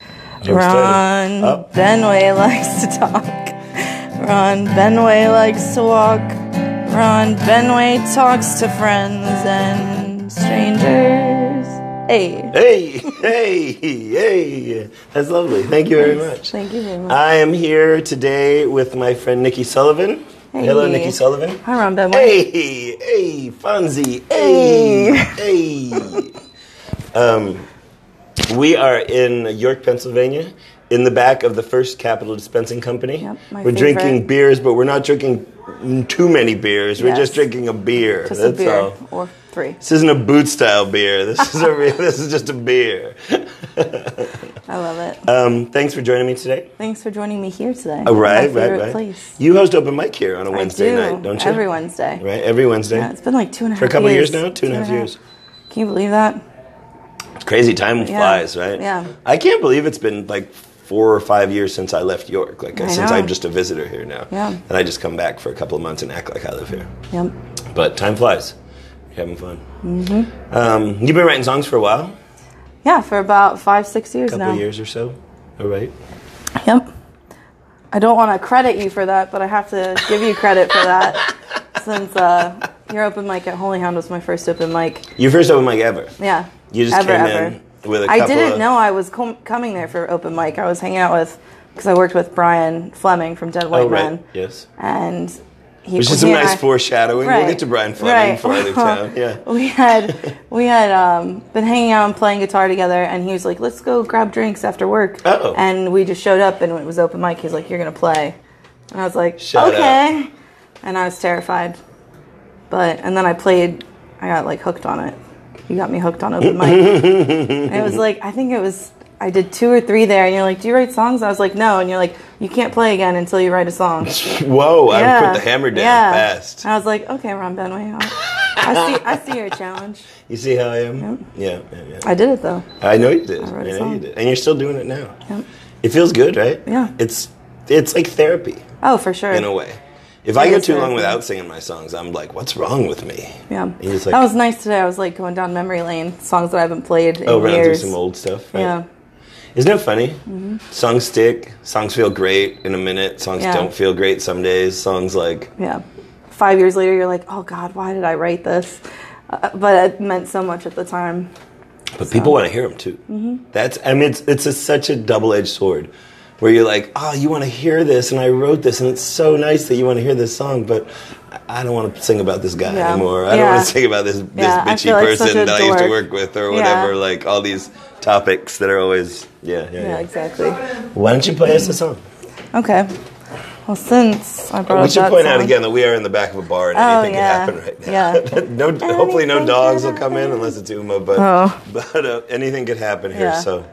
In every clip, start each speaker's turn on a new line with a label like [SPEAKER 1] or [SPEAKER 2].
[SPEAKER 1] Who's
[SPEAKER 2] Ron
[SPEAKER 1] steady? Up.
[SPEAKER 2] Benway likes to talk. Ron Benway likes to walk. Ron Benway talks to friends and strangers. Hey.
[SPEAKER 1] Hey, hey, hey. That's lovely. Thank you very much. Uh,
[SPEAKER 2] Thank you very much.
[SPEAKER 1] I am here today with my friend Nikki Sullivan. Hello,
[SPEAKER 2] Hey.
[SPEAKER 1] Nikki Sullivan.
[SPEAKER 2] Hi, Ron Benway.
[SPEAKER 1] Hey, hey, Fonzie. Hey, hey. um, we are in York, Pennsylvania, in the back of the First Capital Dispensing Company.
[SPEAKER 2] Yep, my
[SPEAKER 1] we're
[SPEAKER 2] favorite.
[SPEAKER 1] drinking beers, but we're not drinking too many beers. We're
[SPEAKER 2] Yes.
[SPEAKER 1] just drinking a beer.
[SPEAKER 2] Just a
[SPEAKER 1] That's
[SPEAKER 2] beer
[SPEAKER 1] all.
[SPEAKER 2] or three.
[SPEAKER 1] This isn't a boot style beer. This is a real, this is just a beer.
[SPEAKER 2] I love it.
[SPEAKER 1] Um, thanks for joining me today.
[SPEAKER 2] Thanks for joining me here today.
[SPEAKER 1] Oh, right,
[SPEAKER 2] My
[SPEAKER 1] right,
[SPEAKER 2] favorite
[SPEAKER 1] right.
[SPEAKER 2] place.
[SPEAKER 1] You host open mic here on a Wednesday
[SPEAKER 2] I do,
[SPEAKER 1] night, don't you?
[SPEAKER 2] Every Wednesday.
[SPEAKER 1] Right, every Wednesday.
[SPEAKER 2] Yeah, it's been like two and a half
[SPEAKER 1] For a couple years
[SPEAKER 2] years,
[SPEAKER 1] now, two and a half years.
[SPEAKER 2] Can you believe that?
[SPEAKER 1] It's crazy. Time
[SPEAKER 2] Yeah,
[SPEAKER 1] flies, right?
[SPEAKER 2] yeah.
[SPEAKER 1] I can't believe it's been like four or five years since I left York. Like
[SPEAKER 2] I
[SPEAKER 1] since
[SPEAKER 2] know.
[SPEAKER 1] I'm just a visitor here now.
[SPEAKER 2] Yeah.
[SPEAKER 1] And I just come back for a couple of months and act like I live here.
[SPEAKER 2] Yep.
[SPEAKER 1] But time flies. You're having fun. Mm-hmm. Um, you've been writing songs for a while,
[SPEAKER 2] Yeah, for about five, six years
[SPEAKER 1] a couple
[SPEAKER 2] now.
[SPEAKER 1] of years or so. All right.
[SPEAKER 2] Yep. I don't want to credit you for that, but I have to give you credit for that since uh, your open mic at Holy Hound was my first open mic.
[SPEAKER 1] Your first open mic ever.
[SPEAKER 2] Yeah.
[SPEAKER 1] You just
[SPEAKER 2] ever,
[SPEAKER 1] came
[SPEAKER 2] ever.
[SPEAKER 1] in with a
[SPEAKER 2] I
[SPEAKER 1] couple
[SPEAKER 2] didn't
[SPEAKER 1] of-
[SPEAKER 2] know I was com- coming there for open mic. I was hanging out with, because I worked with Brian Fleming from Dead White
[SPEAKER 1] Oh, right.
[SPEAKER 2] Men.
[SPEAKER 1] Yes.
[SPEAKER 2] And he
[SPEAKER 1] Which is
[SPEAKER 2] he
[SPEAKER 1] some
[SPEAKER 2] and
[SPEAKER 1] nice
[SPEAKER 2] I-
[SPEAKER 1] foreshadowing. We'll get to Brian Fleming
[SPEAKER 2] right.
[SPEAKER 1] before I leave town. Yeah.
[SPEAKER 2] we had we had um, been hanging out and playing guitar together, and he was like, "Let's go grab drinks after work."
[SPEAKER 1] Oh.
[SPEAKER 2] And we just showed up, and it was open mic. He's like, "You're gonna play," and I was like,
[SPEAKER 1] Shout out.
[SPEAKER 2] "Okay," and I was terrified, but and then I played. I got like hooked on it. You got me hooked on open mic. And it was like I think it was. I did two or three there, and you're like, "Do you write songs?" I was like, "No," and you're like, "You can't play again until you write a song."
[SPEAKER 1] Whoa, I would put the hammer down
[SPEAKER 2] yeah.
[SPEAKER 1] fast.
[SPEAKER 2] And I was like, okay, Ron Benway, I'll- I see, I see your challenge.
[SPEAKER 1] You see how I am? Yeah, yeah, yeah.
[SPEAKER 2] I did it though.
[SPEAKER 1] I know you did. I,
[SPEAKER 2] wrote a
[SPEAKER 1] know you
[SPEAKER 2] song.
[SPEAKER 1] did. And you're still doing it now.
[SPEAKER 2] Yep.
[SPEAKER 1] It feels good, right?
[SPEAKER 2] Yeah.
[SPEAKER 1] It's it's like therapy
[SPEAKER 2] Oh, for sure.
[SPEAKER 1] in a way. If I go
[SPEAKER 2] is
[SPEAKER 1] too long
[SPEAKER 2] therapy.
[SPEAKER 1] without singing my songs, I'm like, what's wrong with me?
[SPEAKER 2] Yeah,
[SPEAKER 1] He was like-
[SPEAKER 2] that was nice today. I was like going down memory lane, songs that I haven't played in
[SPEAKER 1] Oh, running through
[SPEAKER 2] years.
[SPEAKER 1] some old stuff. Right?
[SPEAKER 2] yeah, Mm-hmm.
[SPEAKER 1] Isn't that funny? Songs stick. Songs feel great in a minute. Songs
[SPEAKER 2] Yeah.
[SPEAKER 1] don't feel great some days. Songs like
[SPEAKER 2] yeah. Five years later, you're like, oh God, why did I write this? Uh, but it meant so much at the time.
[SPEAKER 1] But people want to hear them too.
[SPEAKER 2] Mm-hmm.
[SPEAKER 1] That's I mean, it's it's a, such a double-edged sword, where you're like, oh, you want to hear this, and I wrote this, and it's so nice that you want to hear this song, but I- I don't want to sing about this guy
[SPEAKER 2] Yeah.
[SPEAKER 1] anymore. I don't
[SPEAKER 2] Yeah.
[SPEAKER 1] want to sing about this this
[SPEAKER 2] Yeah, I
[SPEAKER 1] bitchy
[SPEAKER 2] feel like such
[SPEAKER 1] person
[SPEAKER 2] a
[SPEAKER 1] that I used to
[SPEAKER 2] dork.
[SPEAKER 1] work with or
[SPEAKER 2] Yeah.
[SPEAKER 1] whatever. Like all these topics that are always yeah yeah.
[SPEAKER 2] Yeah,
[SPEAKER 1] yeah.
[SPEAKER 2] exactly.
[SPEAKER 1] Why don't you play us a song?
[SPEAKER 2] Okay. Well, since I brought
[SPEAKER 1] we
[SPEAKER 2] up
[SPEAKER 1] should
[SPEAKER 2] that
[SPEAKER 1] point out
[SPEAKER 2] song-
[SPEAKER 1] again that we are in the back of a bar and
[SPEAKER 2] Oh,
[SPEAKER 1] anything
[SPEAKER 2] yeah.
[SPEAKER 1] can happen right now.
[SPEAKER 2] Yeah.
[SPEAKER 1] no, hopefully no
[SPEAKER 2] Anything
[SPEAKER 1] dogs
[SPEAKER 2] can
[SPEAKER 1] will come in unless it's Uma, but
[SPEAKER 2] Oh.
[SPEAKER 1] but uh, anything could happen here.
[SPEAKER 2] Yeah.
[SPEAKER 1] So.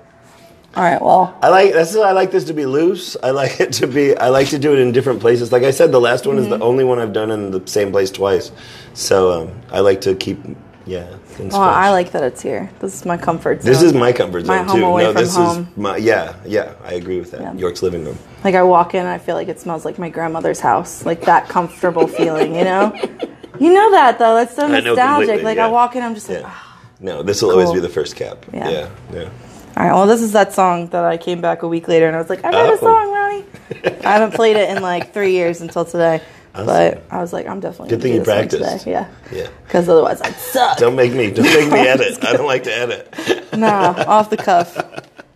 [SPEAKER 2] All right. Well.
[SPEAKER 1] I like that's I like this to be loose. I like it to be I like to do it in different places. Like I said, the last one is
[SPEAKER 2] Mm-hmm.
[SPEAKER 1] the only one I've done in the same place twice. So um, I like to keep yeah. Things
[SPEAKER 2] Well, I
[SPEAKER 1] fresh.
[SPEAKER 2] like that it's here. This is my comfort zone.
[SPEAKER 1] this is my comfort
[SPEAKER 2] my
[SPEAKER 1] zone
[SPEAKER 2] home
[SPEAKER 1] too.
[SPEAKER 2] away
[SPEAKER 1] no,
[SPEAKER 2] from
[SPEAKER 1] this
[SPEAKER 2] home.
[SPEAKER 1] is my yeah yeah. I agree with that.
[SPEAKER 2] Yeah.
[SPEAKER 1] York's living room.
[SPEAKER 2] Like I walk in, and I feel like it smells like my grandmother's house, like that comfortable feeling, you know. You know that though. That's so
[SPEAKER 1] know
[SPEAKER 2] nostalgic.
[SPEAKER 1] completely,
[SPEAKER 2] Like
[SPEAKER 1] yeah.
[SPEAKER 2] I walk in, I'm just like, "Ah."
[SPEAKER 1] Yeah. No, this will always
[SPEAKER 2] Cool.
[SPEAKER 1] be the first cap.
[SPEAKER 2] Yeah.
[SPEAKER 1] yeah. yeah.
[SPEAKER 2] all right. Well, this is that song that I came back a week later, and I was like, I wrote
[SPEAKER 1] Oh.
[SPEAKER 2] a song, Ronnie. I haven't played it in like three years until today, but I was like, I'm definitely
[SPEAKER 1] Good
[SPEAKER 2] gonna
[SPEAKER 1] thing
[SPEAKER 2] do
[SPEAKER 1] you
[SPEAKER 2] this one
[SPEAKER 1] practiced.
[SPEAKER 2] Today. Yeah,
[SPEAKER 1] Yeah.
[SPEAKER 2] Because otherwise, I'd suck.
[SPEAKER 1] Don't make me don't make me edit. I don't like to edit.
[SPEAKER 2] nah, off the cuff,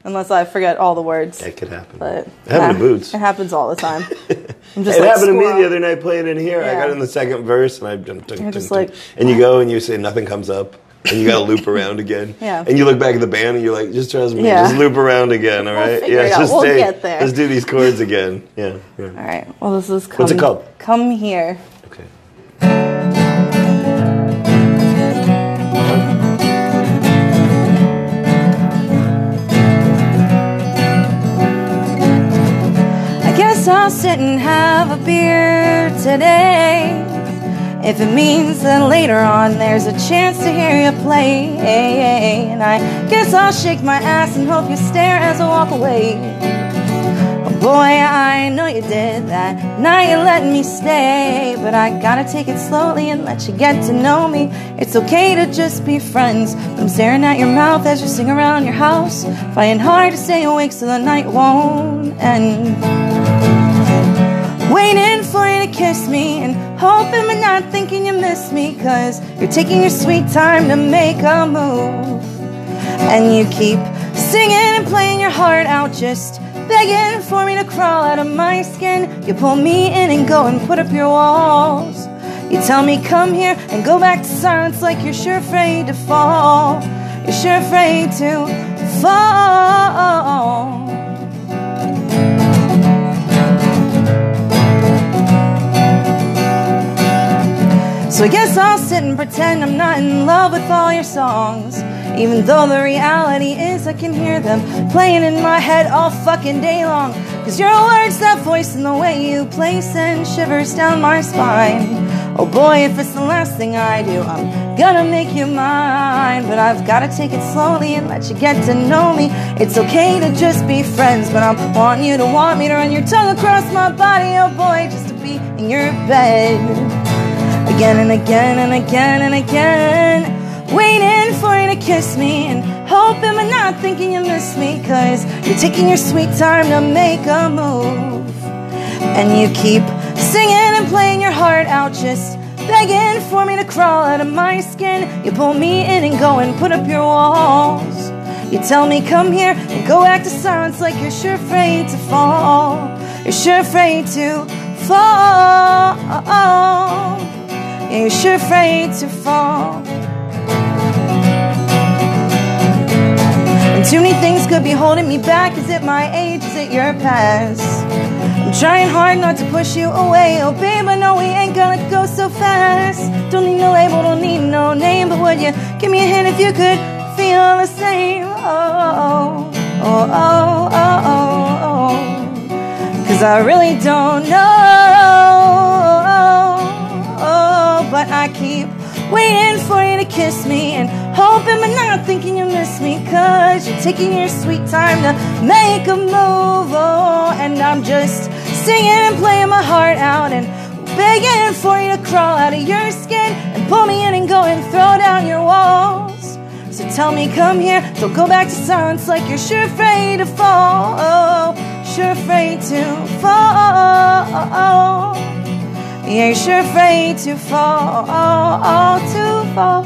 [SPEAKER 2] unless I forget all the words.
[SPEAKER 1] That could happen.
[SPEAKER 2] But
[SPEAKER 1] It happened
[SPEAKER 2] nah,
[SPEAKER 1] to Boots.
[SPEAKER 2] It happens all the time. I'm just
[SPEAKER 1] It
[SPEAKER 2] like,
[SPEAKER 1] happened to me
[SPEAKER 2] squirrel.
[SPEAKER 1] the other night playing in here. I
[SPEAKER 2] Yeah.
[SPEAKER 1] got in the second verse and I dun, dun, dun,
[SPEAKER 2] just
[SPEAKER 1] dun.
[SPEAKER 2] like,
[SPEAKER 1] and you go and you say nothing comes up and you got to loop around again.
[SPEAKER 2] Yeah.
[SPEAKER 1] And you look back at the band and you're like, just trust me,
[SPEAKER 2] Yeah.
[SPEAKER 1] just loop around again. All right.
[SPEAKER 2] figure it out.
[SPEAKER 1] just
[SPEAKER 2] We'll
[SPEAKER 1] stay-
[SPEAKER 2] get there.
[SPEAKER 1] Let's do these chords again. Yeah. yeah.
[SPEAKER 2] All right. Well, this is come,
[SPEAKER 1] What's it called?
[SPEAKER 2] Come here.
[SPEAKER 1] Okay.
[SPEAKER 2] I guess I'll sit and have a beer today. If it means that later on there's a chance to hear you play. And I guess I'll shake my ass and hope you stare as I walk away. But Oh, Boy, I know you did that. Now you let me stay. But I gotta take it slowly and let you get to know me. It's okay to just be friends. But I'm staring at your mouth as you sing around your house. Fighting hard to stay awake so the night won't end. Waiting for you to kiss me and hoping but not thinking you miss me. Cause you're taking your sweet time to make a move. And you keep singing and playing your heart out, just begging for me to crawl out of my skin. You pull me in and go and put up your walls. You tell me come here and go back to silence like you're sure afraid to fall. You're sure afraid to fall. So I guess I'll sit and pretend I'm not in love with all your songs. Even though the reality is I can hear them playing in my head all fucking day long. Cause your words, that voice, and the way you play send shivers down my spine. Oh boy, if it's the last thing I do, I'm gonna make you mine. But I've gotta take it slowly and let you get to know me. It's okay to just be friends, but I want you to want me to run your tongue across my body, oh boy, just to be in your bed again and again and again and again. Waiting for you to kiss me and hoping but not thinking you miss me. Cause you're taking your sweet time to make a move. And you keep singing and playing your heart out, just begging for me to crawl out of my skin. You pull me in and go and put up your walls. You tell me come here and go back to silence like you're sure afraid to fall. You're sure afraid to fall. Yeah, you're sure afraid to fall. And too many things could be holding me back. Is it my age? Is it your past? I'm trying hard not to push you away. Oh, babe, I know we ain't gonna go so fast. Don't need no label, don't need no name. But would you give me a hint if you could feel the same? Oh, oh, oh, oh, oh, oh. oh. Cause I really don't know. But I keep waiting for you to kiss me and hoping but not thinking you miss me. Cause you're taking your sweet time to make a move. Oh, and I'm just singing and playing my heart out and begging for you to crawl out of your skin and pull me in and go and throw down your walls. So tell me, come here. Don't go back to silence like you're sure afraid to fall. sure afraid to fall. Yeah, you're sure afraid to fall. To fall.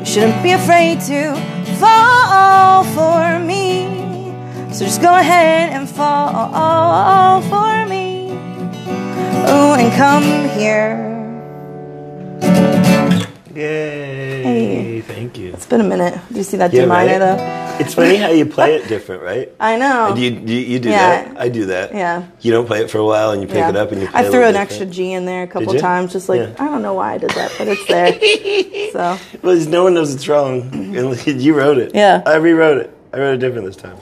[SPEAKER 2] You shouldn't be afraid to fall for me. So just go ahead and fall for me. Ooh, and come here.
[SPEAKER 1] Yay!
[SPEAKER 2] Hey.
[SPEAKER 1] Thank you.
[SPEAKER 2] It's been a minute. Do you see that D
[SPEAKER 1] right?
[SPEAKER 2] minor though?
[SPEAKER 1] It's funny how you play it different, right?
[SPEAKER 2] I know.
[SPEAKER 1] And you, you, you do
[SPEAKER 2] Yeah.
[SPEAKER 1] that. I do that.
[SPEAKER 2] Yeah.
[SPEAKER 1] You don't play it for a while and you pick
[SPEAKER 2] Yeah.
[SPEAKER 1] it up and you play
[SPEAKER 2] I
[SPEAKER 1] it a
[SPEAKER 2] threw
[SPEAKER 1] little
[SPEAKER 2] an
[SPEAKER 1] different.
[SPEAKER 2] extra G in there a couple
[SPEAKER 1] you?
[SPEAKER 2] times, just like
[SPEAKER 1] Yeah.
[SPEAKER 2] I don't know why I did that, but it's there. so
[SPEAKER 1] Well, there's- no one knows it's wrong. And you wrote it.
[SPEAKER 2] Mm-hmm. Yeah.
[SPEAKER 1] I rewrote it. I wrote it different this time.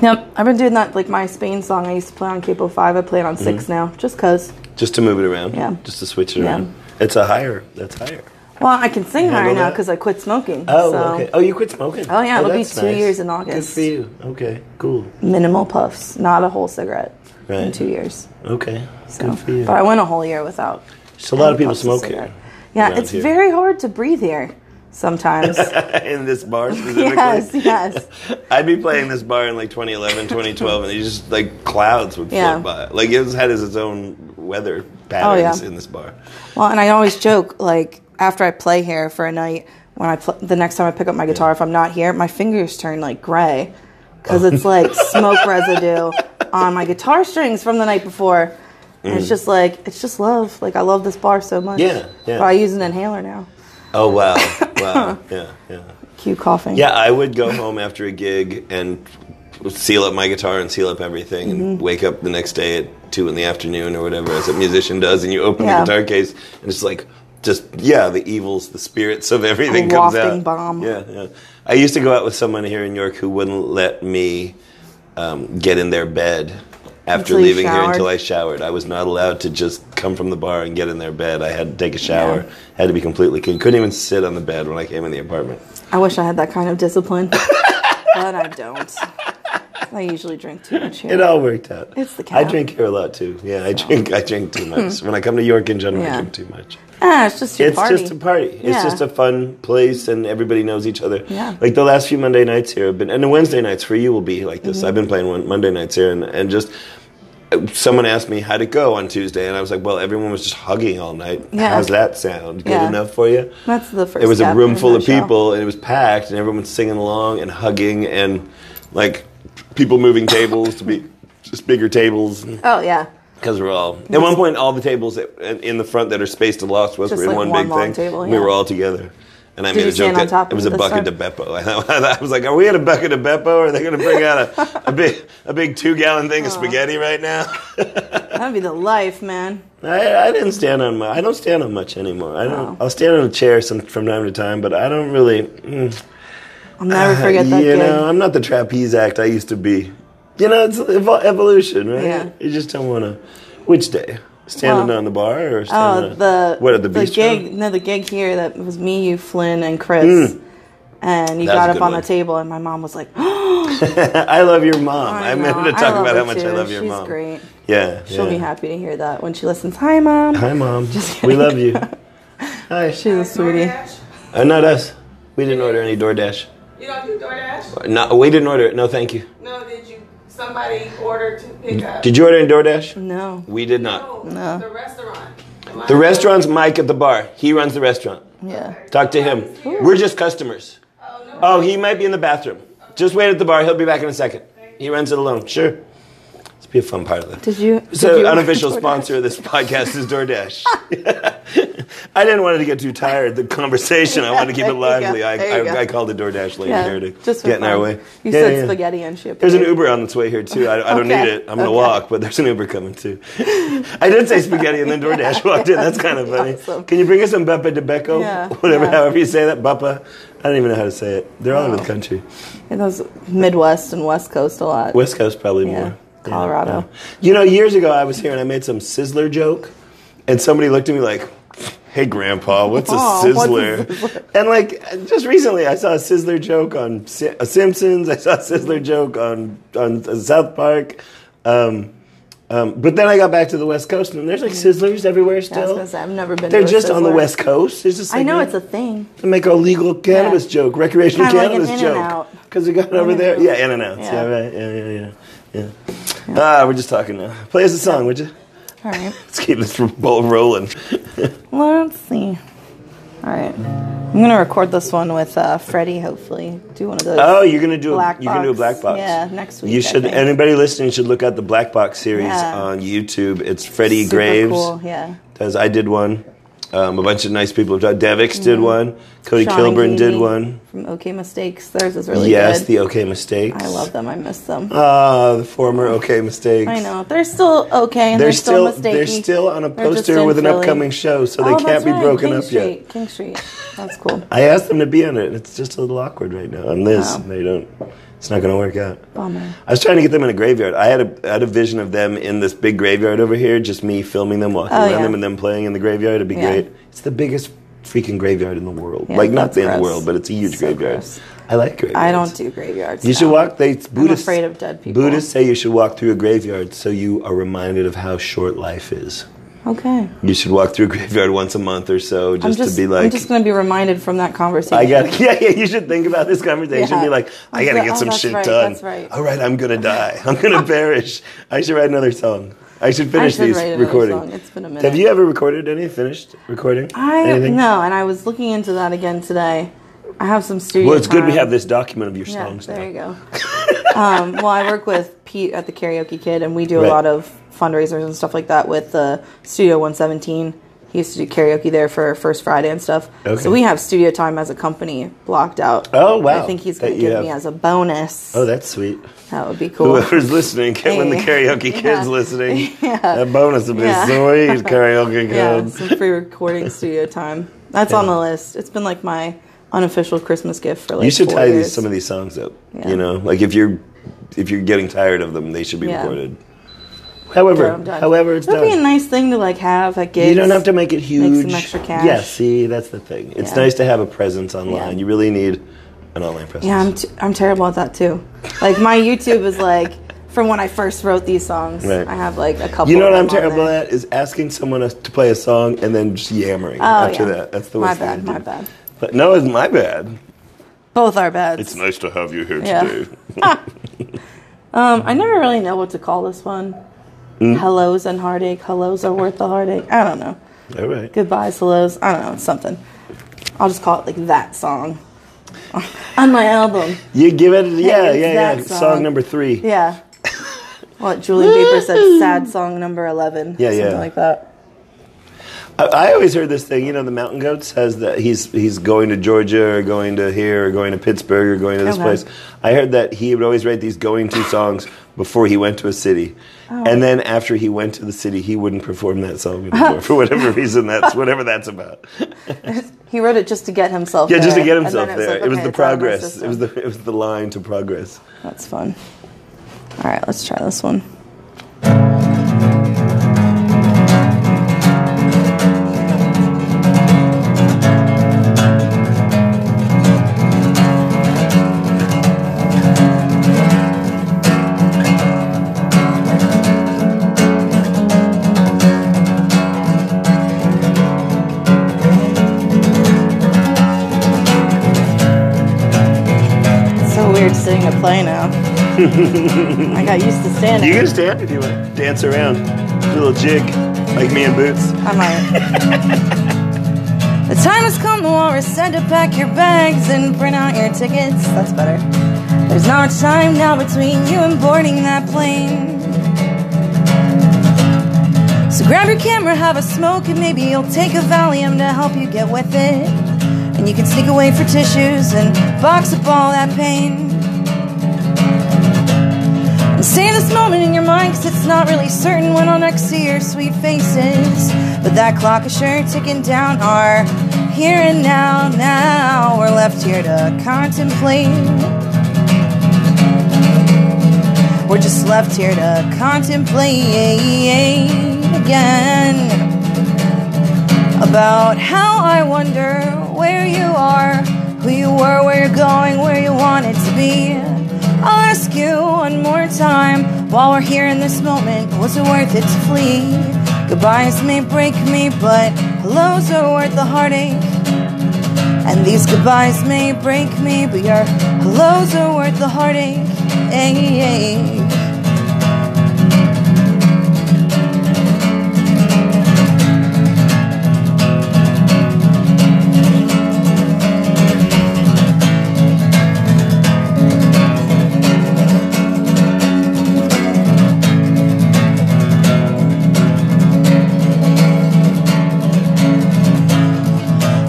[SPEAKER 2] yep, I've been doing that like my Spain song I used to play on capo five. I play it on six
[SPEAKER 1] Mm-hmm.
[SPEAKER 2] now, just cause.
[SPEAKER 1] Just to move it around.
[SPEAKER 2] Yeah.
[SPEAKER 1] Just to switch it
[SPEAKER 2] Yeah.
[SPEAKER 1] around. It's a higher. That's higher.
[SPEAKER 2] Well, I can sing higher
[SPEAKER 1] Handle
[SPEAKER 2] now
[SPEAKER 1] that?
[SPEAKER 2] because I quit smoking.
[SPEAKER 1] Oh,
[SPEAKER 2] so
[SPEAKER 1] okay. Oh, you quit smoking.
[SPEAKER 2] Oh, yeah, it'll be
[SPEAKER 1] that's
[SPEAKER 2] two years in
[SPEAKER 1] Good
[SPEAKER 2] August.
[SPEAKER 1] for you. Okay, cool.
[SPEAKER 2] minimal puffs, not a whole cigarette in
[SPEAKER 1] Right.
[SPEAKER 2] two years.
[SPEAKER 1] Okay,
[SPEAKER 2] So,
[SPEAKER 1] good for you.
[SPEAKER 2] but I went a whole year without.
[SPEAKER 1] So a lot of
[SPEAKER 2] any
[SPEAKER 1] people
[SPEAKER 2] puffs of
[SPEAKER 1] smoke
[SPEAKER 2] cigarette.
[SPEAKER 1] here.
[SPEAKER 2] Yeah,
[SPEAKER 1] around
[SPEAKER 2] it's
[SPEAKER 1] here.
[SPEAKER 2] very hard to breathe here sometimes.
[SPEAKER 1] in this bar specifically.
[SPEAKER 2] yes, yes.
[SPEAKER 1] I'd be playing this bar in like 2011, 2012, and you just like clouds would
[SPEAKER 2] Yeah. Oh,
[SPEAKER 1] float by. Like it was, had its own weather patterns
[SPEAKER 2] yeah.
[SPEAKER 1] in this bar.
[SPEAKER 2] Well, and I always joke like after I play here for a night, when I pl- the next time I pick up my guitar, if I'm not here, my fingers turn like gray
[SPEAKER 1] Oh.
[SPEAKER 2] because it's like smoke residue on my guitar strings from the night before. And it's just like it's just love. Like I love this bar so much.
[SPEAKER 1] Mm. Yeah, yeah.
[SPEAKER 2] But I use an inhaler now.
[SPEAKER 1] Oh wow, wow, yeah, yeah.
[SPEAKER 2] Cue coughing.
[SPEAKER 1] Yeah, I would go home after a gig and seal up my guitar and seal up everything, and
[SPEAKER 2] Mm-hmm.
[SPEAKER 1] wake up the next day at two in the afternoon or whatever, as a musician does, and you open
[SPEAKER 2] Yeah.
[SPEAKER 1] the guitar case and it's like, just yeah, the evils, the spirits of everything
[SPEAKER 2] A
[SPEAKER 1] comes
[SPEAKER 2] wafting
[SPEAKER 1] out.
[SPEAKER 2] bomb.
[SPEAKER 1] Yeah, yeah. I used to go out with someone here in York who wouldn't let me um, get in their bed after
[SPEAKER 2] Until you
[SPEAKER 1] leaving here
[SPEAKER 2] showered.
[SPEAKER 1] until I showered. I was not allowed to just come from the bar and get in their bed. I had to take a shower.
[SPEAKER 2] Yeah.
[SPEAKER 1] Had to be completely clean. Couldn't even sit on the bed when I came in the apartment.
[SPEAKER 2] I wish I had that kind of discipline, but I don't. I usually drink too much here.
[SPEAKER 1] It all worked out.
[SPEAKER 2] It's the
[SPEAKER 1] I
[SPEAKER 2] cat.
[SPEAKER 1] drink here a lot too. Yeah, I drink. I drink too much. when I come to York in general, I
[SPEAKER 2] Yeah.
[SPEAKER 1] drink too much.
[SPEAKER 2] ah, it's just your
[SPEAKER 1] It's
[SPEAKER 2] party.
[SPEAKER 1] just a party. It's
[SPEAKER 2] Yeah.
[SPEAKER 1] just a fun place, and everybody knows each other.
[SPEAKER 2] Yeah.
[SPEAKER 1] Like the last few Monday nights here have been, and the Wednesday nights for you will be like
[SPEAKER 2] Mm-hmm.
[SPEAKER 1] this. I've been playing one Monday nights here, and, and just someone asked me how'd it go on Tuesday, and I was like, well, everyone was just hugging all night.
[SPEAKER 2] Yeah.
[SPEAKER 1] How's that sound? Good
[SPEAKER 2] Yeah.
[SPEAKER 1] enough for you?
[SPEAKER 2] That's the first.
[SPEAKER 1] It was a
[SPEAKER 2] step in
[SPEAKER 1] room full of
[SPEAKER 2] nutshell.
[SPEAKER 1] people, and it was packed, and everyone's singing along and hugging, and like people moving tables to be just bigger tables.
[SPEAKER 2] Oh yeah.
[SPEAKER 1] Because we're all at one point, all the tables that, in in the front that are spaced to Lost West
[SPEAKER 2] Just
[SPEAKER 1] were in
[SPEAKER 2] like
[SPEAKER 1] one,
[SPEAKER 2] one
[SPEAKER 1] big
[SPEAKER 2] long
[SPEAKER 1] thing.
[SPEAKER 2] table,
[SPEAKER 1] We
[SPEAKER 2] yeah.
[SPEAKER 1] were all together, and I
[SPEAKER 2] Did
[SPEAKER 1] made
[SPEAKER 2] you
[SPEAKER 1] a joke
[SPEAKER 2] stand on
[SPEAKER 1] that
[SPEAKER 2] top
[SPEAKER 1] it was a
[SPEAKER 2] of the
[SPEAKER 1] bucket to
[SPEAKER 2] sun?
[SPEAKER 1] Beppo. I was like, "Are we at a bucket of Beppo? Or are they going to bring out a, a big a big two gallon thing of spaghetti right now?"
[SPEAKER 2] That'd be the life, man.
[SPEAKER 1] I, I didn't stand on much. I don't stand on much anymore. I don't.
[SPEAKER 2] Wow.
[SPEAKER 1] I'll stand on a chair some from time to time, but I don't really. mm,
[SPEAKER 2] I'll never forget that
[SPEAKER 1] Uh, you
[SPEAKER 2] gig.
[SPEAKER 1] know, I'm not the trapeze act I used to be. You know, it's evol- evolution, right?
[SPEAKER 2] Yeah.
[SPEAKER 1] You just don't want to. Which day? Standing
[SPEAKER 2] Well-
[SPEAKER 1] on the bar or
[SPEAKER 2] Oh,
[SPEAKER 1] standing on
[SPEAKER 2] the
[SPEAKER 1] what at the,
[SPEAKER 2] the
[SPEAKER 1] beach?
[SPEAKER 2] gig. No, the gig here that was me, you, Flynn, and Chris.
[SPEAKER 1] Hmm.
[SPEAKER 2] And you
[SPEAKER 1] That was a
[SPEAKER 2] got
[SPEAKER 1] good
[SPEAKER 2] up on
[SPEAKER 1] one.
[SPEAKER 2] the table, and my mom was like,
[SPEAKER 1] I love your mom. I,
[SPEAKER 2] I
[SPEAKER 1] meant
[SPEAKER 2] know.
[SPEAKER 1] to
[SPEAKER 2] I
[SPEAKER 1] talk
[SPEAKER 2] love
[SPEAKER 1] about
[SPEAKER 2] her
[SPEAKER 1] how much I
[SPEAKER 2] too.
[SPEAKER 1] love your
[SPEAKER 2] She's
[SPEAKER 1] mom.
[SPEAKER 2] great.
[SPEAKER 1] Yeah,
[SPEAKER 2] She'll
[SPEAKER 1] yeah.
[SPEAKER 2] be happy to hear that when she listens. Hi, mom.
[SPEAKER 1] Hi, mom.
[SPEAKER 2] Just
[SPEAKER 1] We
[SPEAKER 2] kidding.
[SPEAKER 1] love you. Hi.
[SPEAKER 2] She's a sweetie.
[SPEAKER 1] Uh, not us. We didn't order any DoorDash.
[SPEAKER 3] You don't do DoorDash?
[SPEAKER 1] No, we didn't order it. No, thank you.
[SPEAKER 3] No, did you? Somebody ordered to pick up.
[SPEAKER 1] Did you order any DoorDash?
[SPEAKER 2] No.
[SPEAKER 1] We did not.
[SPEAKER 3] No,
[SPEAKER 2] No.
[SPEAKER 3] The restaurant.
[SPEAKER 1] The restaurant's Mike at the bar. He runs the restaurant.
[SPEAKER 2] Yeah.
[SPEAKER 1] Talk to him. We're just customers.
[SPEAKER 3] Oh, no.
[SPEAKER 1] Oh, he might be in the bathroom. Just wait at the bar. He'll be back in a second. He runs it alone. Sure. It's be a fun part of it.
[SPEAKER 2] Did you? did
[SPEAKER 1] So,
[SPEAKER 2] you
[SPEAKER 1] unofficial sponsor of this podcast is DoorDash. I didn't want it to get too tired. The conversation. I wanted to keep it
[SPEAKER 2] There you go.
[SPEAKER 1] lively. I,
[SPEAKER 2] There you
[SPEAKER 1] I,
[SPEAKER 2] go.
[SPEAKER 1] I called the DoorDash lady
[SPEAKER 2] Yeah,
[SPEAKER 1] here to
[SPEAKER 2] just for
[SPEAKER 1] get in our
[SPEAKER 2] fun.
[SPEAKER 1] way.
[SPEAKER 2] You
[SPEAKER 1] Yeah,
[SPEAKER 2] said
[SPEAKER 1] yeah, yeah.
[SPEAKER 2] spaghetti and shit.
[SPEAKER 1] There's an Uber on its way here too. I, I don't
[SPEAKER 2] Okay.
[SPEAKER 1] need it. I'm gonna
[SPEAKER 2] Okay.
[SPEAKER 1] walk, but there's an Uber coming too. I did say spaghetti, and then DoorDash walked in. That's kind of funny.
[SPEAKER 2] Awesome.
[SPEAKER 1] Can you bring us some Beppa de Becco?
[SPEAKER 2] Yeah,
[SPEAKER 1] Whatever,
[SPEAKER 2] yeah.
[SPEAKER 1] however you say that, Bappa. I don't even know how to say it. They're all over the
[SPEAKER 2] Wow.
[SPEAKER 1] country.
[SPEAKER 2] It was Midwest and West Coast a lot.
[SPEAKER 1] West Coast probably
[SPEAKER 2] Yeah,
[SPEAKER 1] more.
[SPEAKER 2] Colorado.
[SPEAKER 1] You know, years ago I was here and I made some sizzler joke, and somebody looked at me like, "Hey, Grandpa, what's a
[SPEAKER 2] Aw, Oh, what's a
[SPEAKER 1] sizzler?" and like, just recently I saw a sizzler joke on Si- uh, Simpsons. I saw a sizzler joke on on uh, South Park. Um, um, but then I got back to the West Coast, and there's like
[SPEAKER 2] Mm.
[SPEAKER 1] sizzlers everywhere
[SPEAKER 2] Yeah, I was
[SPEAKER 1] still.
[SPEAKER 2] gonna say, I've never been.
[SPEAKER 1] They're
[SPEAKER 2] to a
[SPEAKER 1] just on the
[SPEAKER 2] Sizzler.
[SPEAKER 1] West Coast. It's just
[SPEAKER 2] I
[SPEAKER 1] like,
[SPEAKER 2] know
[SPEAKER 1] you
[SPEAKER 2] it's a thing.
[SPEAKER 1] to make a legal cannabis
[SPEAKER 2] Yeah.
[SPEAKER 1] joke, recreational
[SPEAKER 2] Kinda like an
[SPEAKER 1] cannabis joke.
[SPEAKER 2] In-N-Out.
[SPEAKER 1] Because it got over there.
[SPEAKER 2] In-N-Out.
[SPEAKER 1] Yeah, in and out. Yeah.
[SPEAKER 2] Yeah.
[SPEAKER 1] right. Yeah, yeah, yeah. Yeah. Ah, we're just talking now. Play us a song, would you?
[SPEAKER 2] All right.
[SPEAKER 1] Let's keep this ball rolling.
[SPEAKER 2] Let's see. All right. I'm gonna record this one with uh, Freddie. Hopefully, do one of those.
[SPEAKER 1] Oh, you're gonna do
[SPEAKER 2] Black
[SPEAKER 1] a you can do a
[SPEAKER 2] Box.
[SPEAKER 1] black box.
[SPEAKER 2] Yeah, next week,
[SPEAKER 1] You
[SPEAKER 2] I
[SPEAKER 1] should.
[SPEAKER 2] think.
[SPEAKER 1] Anybody listening should look at the black box series
[SPEAKER 2] Yeah.
[SPEAKER 1] on YouTube. It's Freddie
[SPEAKER 2] Super
[SPEAKER 1] Graves.
[SPEAKER 2] Cool. Yeah.
[SPEAKER 1] Because I did one. Um, a bunch of nice people have done. Devix did one. Cody
[SPEAKER 2] Mm-hmm. Sean
[SPEAKER 1] Kilburn did
[SPEAKER 2] Heaney
[SPEAKER 1] one.
[SPEAKER 2] from OK Mistakes. Theirs is really
[SPEAKER 1] yes,
[SPEAKER 2] good.
[SPEAKER 1] the OK Mistakes.
[SPEAKER 2] I love them. I miss them.
[SPEAKER 1] Ah, the former OK Mistakes.
[SPEAKER 2] I know they're still okay and they're, still mistaken.
[SPEAKER 1] they're still on a
[SPEAKER 2] They're just
[SPEAKER 1] poster
[SPEAKER 2] in
[SPEAKER 1] with an
[SPEAKER 2] Philly.
[SPEAKER 1] upcoming show, so they
[SPEAKER 2] Oh,
[SPEAKER 1] can't
[SPEAKER 2] that's
[SPEAKER 1] be
[SPEAKER 2] right,
[SPEAKER 1] broken
[SPEAKER 2] King
[SPEAKER 1] up
[SPEAKER 2] Street,
[SPEAKER 1] yet.
[SPEAKER 2] King Street. That's cool.
[SPEAKER 1] I asked them to be on it. and It's just a little awkward right now on this.
[SPEAKER 2] Wow.
[SPEAKER 1] They don't. It's not going to work out.
[SPEAKER 2] Bummer.
[SPEAKER 1] I was trying to get them in a graveyard. I had a I had a vision of them in this big graveyard over here, just me filming them walking
[SPEAKER 2] Oh,
[SPEAKER 1] around
[SPEAKER 2] yeah.
[SPEAKER 1] them and them playing in the graveyard. It'd be
[SPEAKER 2] Yeah.
[SPEAKER 1] great. It's the biggest freaking graveyard in the world.
[SPEAKER 2] Yeah,
[SPEAKER 1] like not
[SPEAKER 2] that's
[SPEAKER 1] the end of the
[SPEAKER 2] gross.
[SPEAKER 1] world, but it's a huge
[SPEAKER 2] So
[SPEAKER 1] graveyard.
[SPEAKER 2] gross.
[SPEAKER 1] I like graveyards.
[SPEAKER 2] I don't do graveyards.
[SPEAKER 1] You should
[SPEAKER 2] now.
[SPEAKER 1] walk. They Buddhists.
[SPEAKER 2] afraid of dead people.
[SPEAKER 1] Buddhists say you should walk through a graveyard so you are reminded of how short life is.
[SPEAKER 2] Okay.
[SPEAKER 1] You should walk through a graveyard once a month or so
[SPEAKER 2] I'm
[SPEAKER 1] just,
[SPEAKER 2] just,
[SPEAKER 1] to be like,
[SPEAKER 2] I'm just going to be reminded from that conversation.
[SPEAKER 1] I got, yeah, yeah, you should think about this conversation.
[SPEAKER 2] Yeah.
[SPEAKER 1] Be like, I
[SPEAKER 2] I'm
[SPEAKER 1] got to
[SPEAKER 2] so-
[SPEAKER 1] get
[SPEAKER 2] oh,
[SPEAKER 1] some
[SPEAKER 2] that's
[SPEAKER 1] shit
[SPEAKER 2] right,
[SPEAKER 1] done.
[SPEAKER 2] that's right.
[SPEAKER 1] All right, I'm going to die. I'm going to perish. I should write another song. I should finish
[SPEAKER 2] should
[SPEAKER 1] these
[SPEAKER 2] write another
[SPEAKER 1] recording.
[SPEAKER 2] song. It's been a minute.
[SPEAKER 1] Have you ever recorded any? Finished recording?
[SPEAKER 2] I
[SPEAKER 1] Anything?
[SPEAKER 2] no, and I was looking into that again today. I have some studio.
[SPEAKER 1] Well, it's good we
[SPEAKER 2] time.
[SPEAKER 1] have this document of your
[SPEAKER 2] Yeah,
[SPEAKER 1] songs
[SPEAKER 2] there
[SPEAKER 1] now.
[SPEAKER 2] you go. um, well, I work with Pete at the Karaoke Kid, and we do a
[SPEAKER 1] Right.
[SPEAKER 2] lot of fundraisers and stuff like that with uh, Studio 117. He used to do karaoke there for First Friday and stuff.
[SPEAKER 1] Okay.
[SPEAKER 2] So we have studio time as a company blocked out.
[SPEAKER 1] Oh, wow.
[SPEAKER 2] I think he's
[SPEAKER 1] That
[SPEAKER 2] going to
[SPEAKER 1] you
[SPEAKER 2] give
[SPEAKER 1] have-
[SPEAKER 2] me as a bonus.
[SPEAKER 1] Oh, that's sweet.
[SPEAKER 2] that would be cool.
[SPEAKER 1] Whoever's listening, get when the
[SPEAKER 2] Hey.
[SPEAKER 1] karaoke
[SPEAKER 2] Yeah.
[SPEAKER 1] kid's listening.
[SPEAKER 2] Yeah.
[SPEAKER 1] That bonus would be
[SPEAKER 2] Yeah.
[SPEAKER 1] sweet, karaoke kid.
[SPEAKER 2] Yeah, some free recording studio time. That's on the list. It's been like my unofficial Christmas gift for like.
[SPEAKER 1] you should
[SPEAKER 2] four
[SPEAKER 1] tie these,
[SPEAKER 2] years.
[SPEAKER 1] some of these songs up.
[SPEAKER 2] Yeah.
[SPEAKER 1] You know, like if you're if you're getting tired of them, they should be
[SPEAKER 2] Yeah.
[SPEAKER 1] recorded. However,
[SPEAKER 2] Yeah, I'm done.
[SPEAKER 1] however, it's
[SPEAKER 2] That'd be a
[SPEAKER 1] done.
[SPEAKER 2] nice thing to like have at gigs.
[SPEAKER 1] You don't have to make it huge.
[SPEAKER 2] Make some extra cash.
[SPEAKER 1] Yeah, see, that's the thing. It's
[SPEAKER 2] Yeah.
[SPEAKER 1] nice to have a presence online.
[SPEAKER 2] Yeah.
[SPEAKER 1] You really need an online presence.
[SPEAKER 2] Yeah, I'm, t- I'm terrible at that too. Like my YouTube is like from when I first wrote these songs.
[SPEAKER 1] Right.
[SPEAKER 2] I have like a couple.
[SPEAKER 1] you know what
[SPEAKER 2] of
[SPEAKER 1] I'm
[SPEAKER 2] them on
[SPEAKER 1] terrible
[SPEAKER 2] there.
[SPEAKER 1] at is asking someone else to play a song and then just yammering after
[SPEAKER 2] Oh, yeah.
[SPEAKER 1] that. That's the
[SPEAKER 2] my
[SPEAKER 1] worst
[SPEAKER 2] bad.
[SPEAKER 1] thing.
[SPEAKER 2] My bad.
[SPEAKER 1] But no, it's my bad.
[SPEAKER 2] Both are bad.
[SPEAKER 1] nice to have you here
[SPEAKER 2] Yeah. um, I never
[SPEAKER 1] Mm-hmm.
[SPEAKER 2] really know what to call this one. Hellos and heartache. Hellos are worth the heartache. I don't know.
[SPEAKER 1] All right.
[SPEAKER 2] Goodbyes, hellos. I don't know. It's something. I'll just call it like that song on my album.
[SPEAKER 1] You give it, yeah,
[SPEAKER 2] it's
[SPEAKER 1] yeah, yeah.
[SPEAKER 2] that
[SPEAKER 1] Song.
[SPEAKER 2] song.
[SPEAKER 1] number three.
[SPEAKER 2] Yeah. What Julian Bieber said, sad song number 11.
[SPEAKER 1] Yeah, yeah.
[SPEAKER 2] Something like that.
[SPEAKER 1] I, I always heard this thing. You know, the Mountain Goat says that he's he's going to Georgia or going to here or going to Pittsburgh or going to this
[SPEAKER 2] Okay.
[SPEAKER 1] place. I heard that he would always write these going to songs before he went to a city,
[SPEAKER 2] Oh.
[SPEAKER 1] and then after he went to the city, he wouldn't perform that song anymore for whatever reason. That's whatever that's about.
[SPEAKER 2] He wrote it just to get himself
[SPEAKER 1] Yeah, just to
[SPEAKER 2] there,
[SPEAKER 1] get
[SPEAKER 2] and
[SPEAKER 1] himself
[SPEAKER 2] then
[SPEAKER 1] there.
[SPEAKER 2] like,
[SPEAKER 1] it was
[SPEAKER 2] okay,
[SPEAKER 1] the
[SPEAKER 2] it's out of my
[SPEAKER 1] progress. It
[SPEAKER 2] system.
[SPEAKER 1] was the it was the line to progress.
[SPEAKER 2] That's fun. All right, let's try this one. It's so weird sitting to play now. I got used to standing.
[SPEAKER 1] You can stand if you want. Dance around, do a little jig, like me in boots.
[SPEAKER 2] I might. the time has come, the war is said to pack your bags and print out your tickets. That's better. There's no time now between you and boarding that plane. So grab your camera, have a smoke, and maybe you'll take a Valium to help you get with it. And you can sneak away for tissues and box up all that pain. And save this moment in your mind, cause it's not really certain when I'll next see your sweet faces. But that clock is sure ticking down our here and now, now. We're left here to contemplate. We're just left here to contemplate again about how I wonder where you are, who you were, where you're going, where you wanted to be. I'll ask you one more time while we're here in this moment was it worth it to flee? Goodbyes may break me, but hellos are worth the heartache. And these goodbyes may break me, but your hellos are worth the heartache.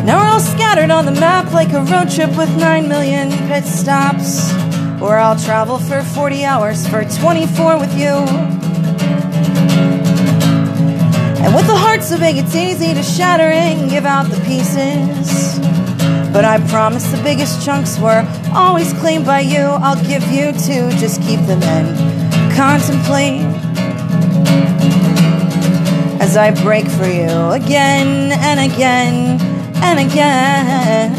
[SPEAKER 2] Now we're all scattered on the map like a road trip with 9 million pit stops. Or I'll travel for 40 hours for 24 with you. And with a heart so big it's easy to shatter it and give out the pieces. But I promise the biggest chunks were always claimed by you. I'll give you two, just keep them in. Contemplate as I break for you again and again and again.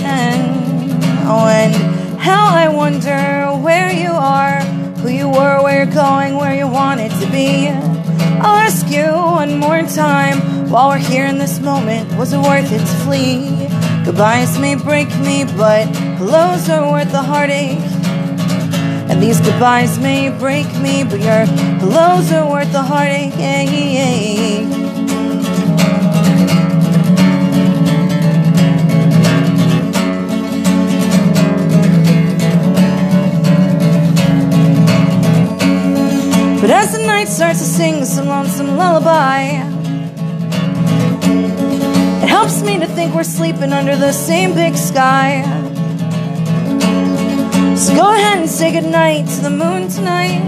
[SPEAKER 2] Oh, and how I wonder where you are, who you were, where you're going, where you wanted to be. I'll ask you one more time while we're here in this moment was it worth it to flee? Goodbyes may break me, but hellos are worth the heartache. And these goodbyes may break me, but your hellos are worth the heartache. But as the night starts to sing some lonesome lullaby, it helps me to think we're sleeping under the same big sky. So go ahead and say goodnight to the moon tonight.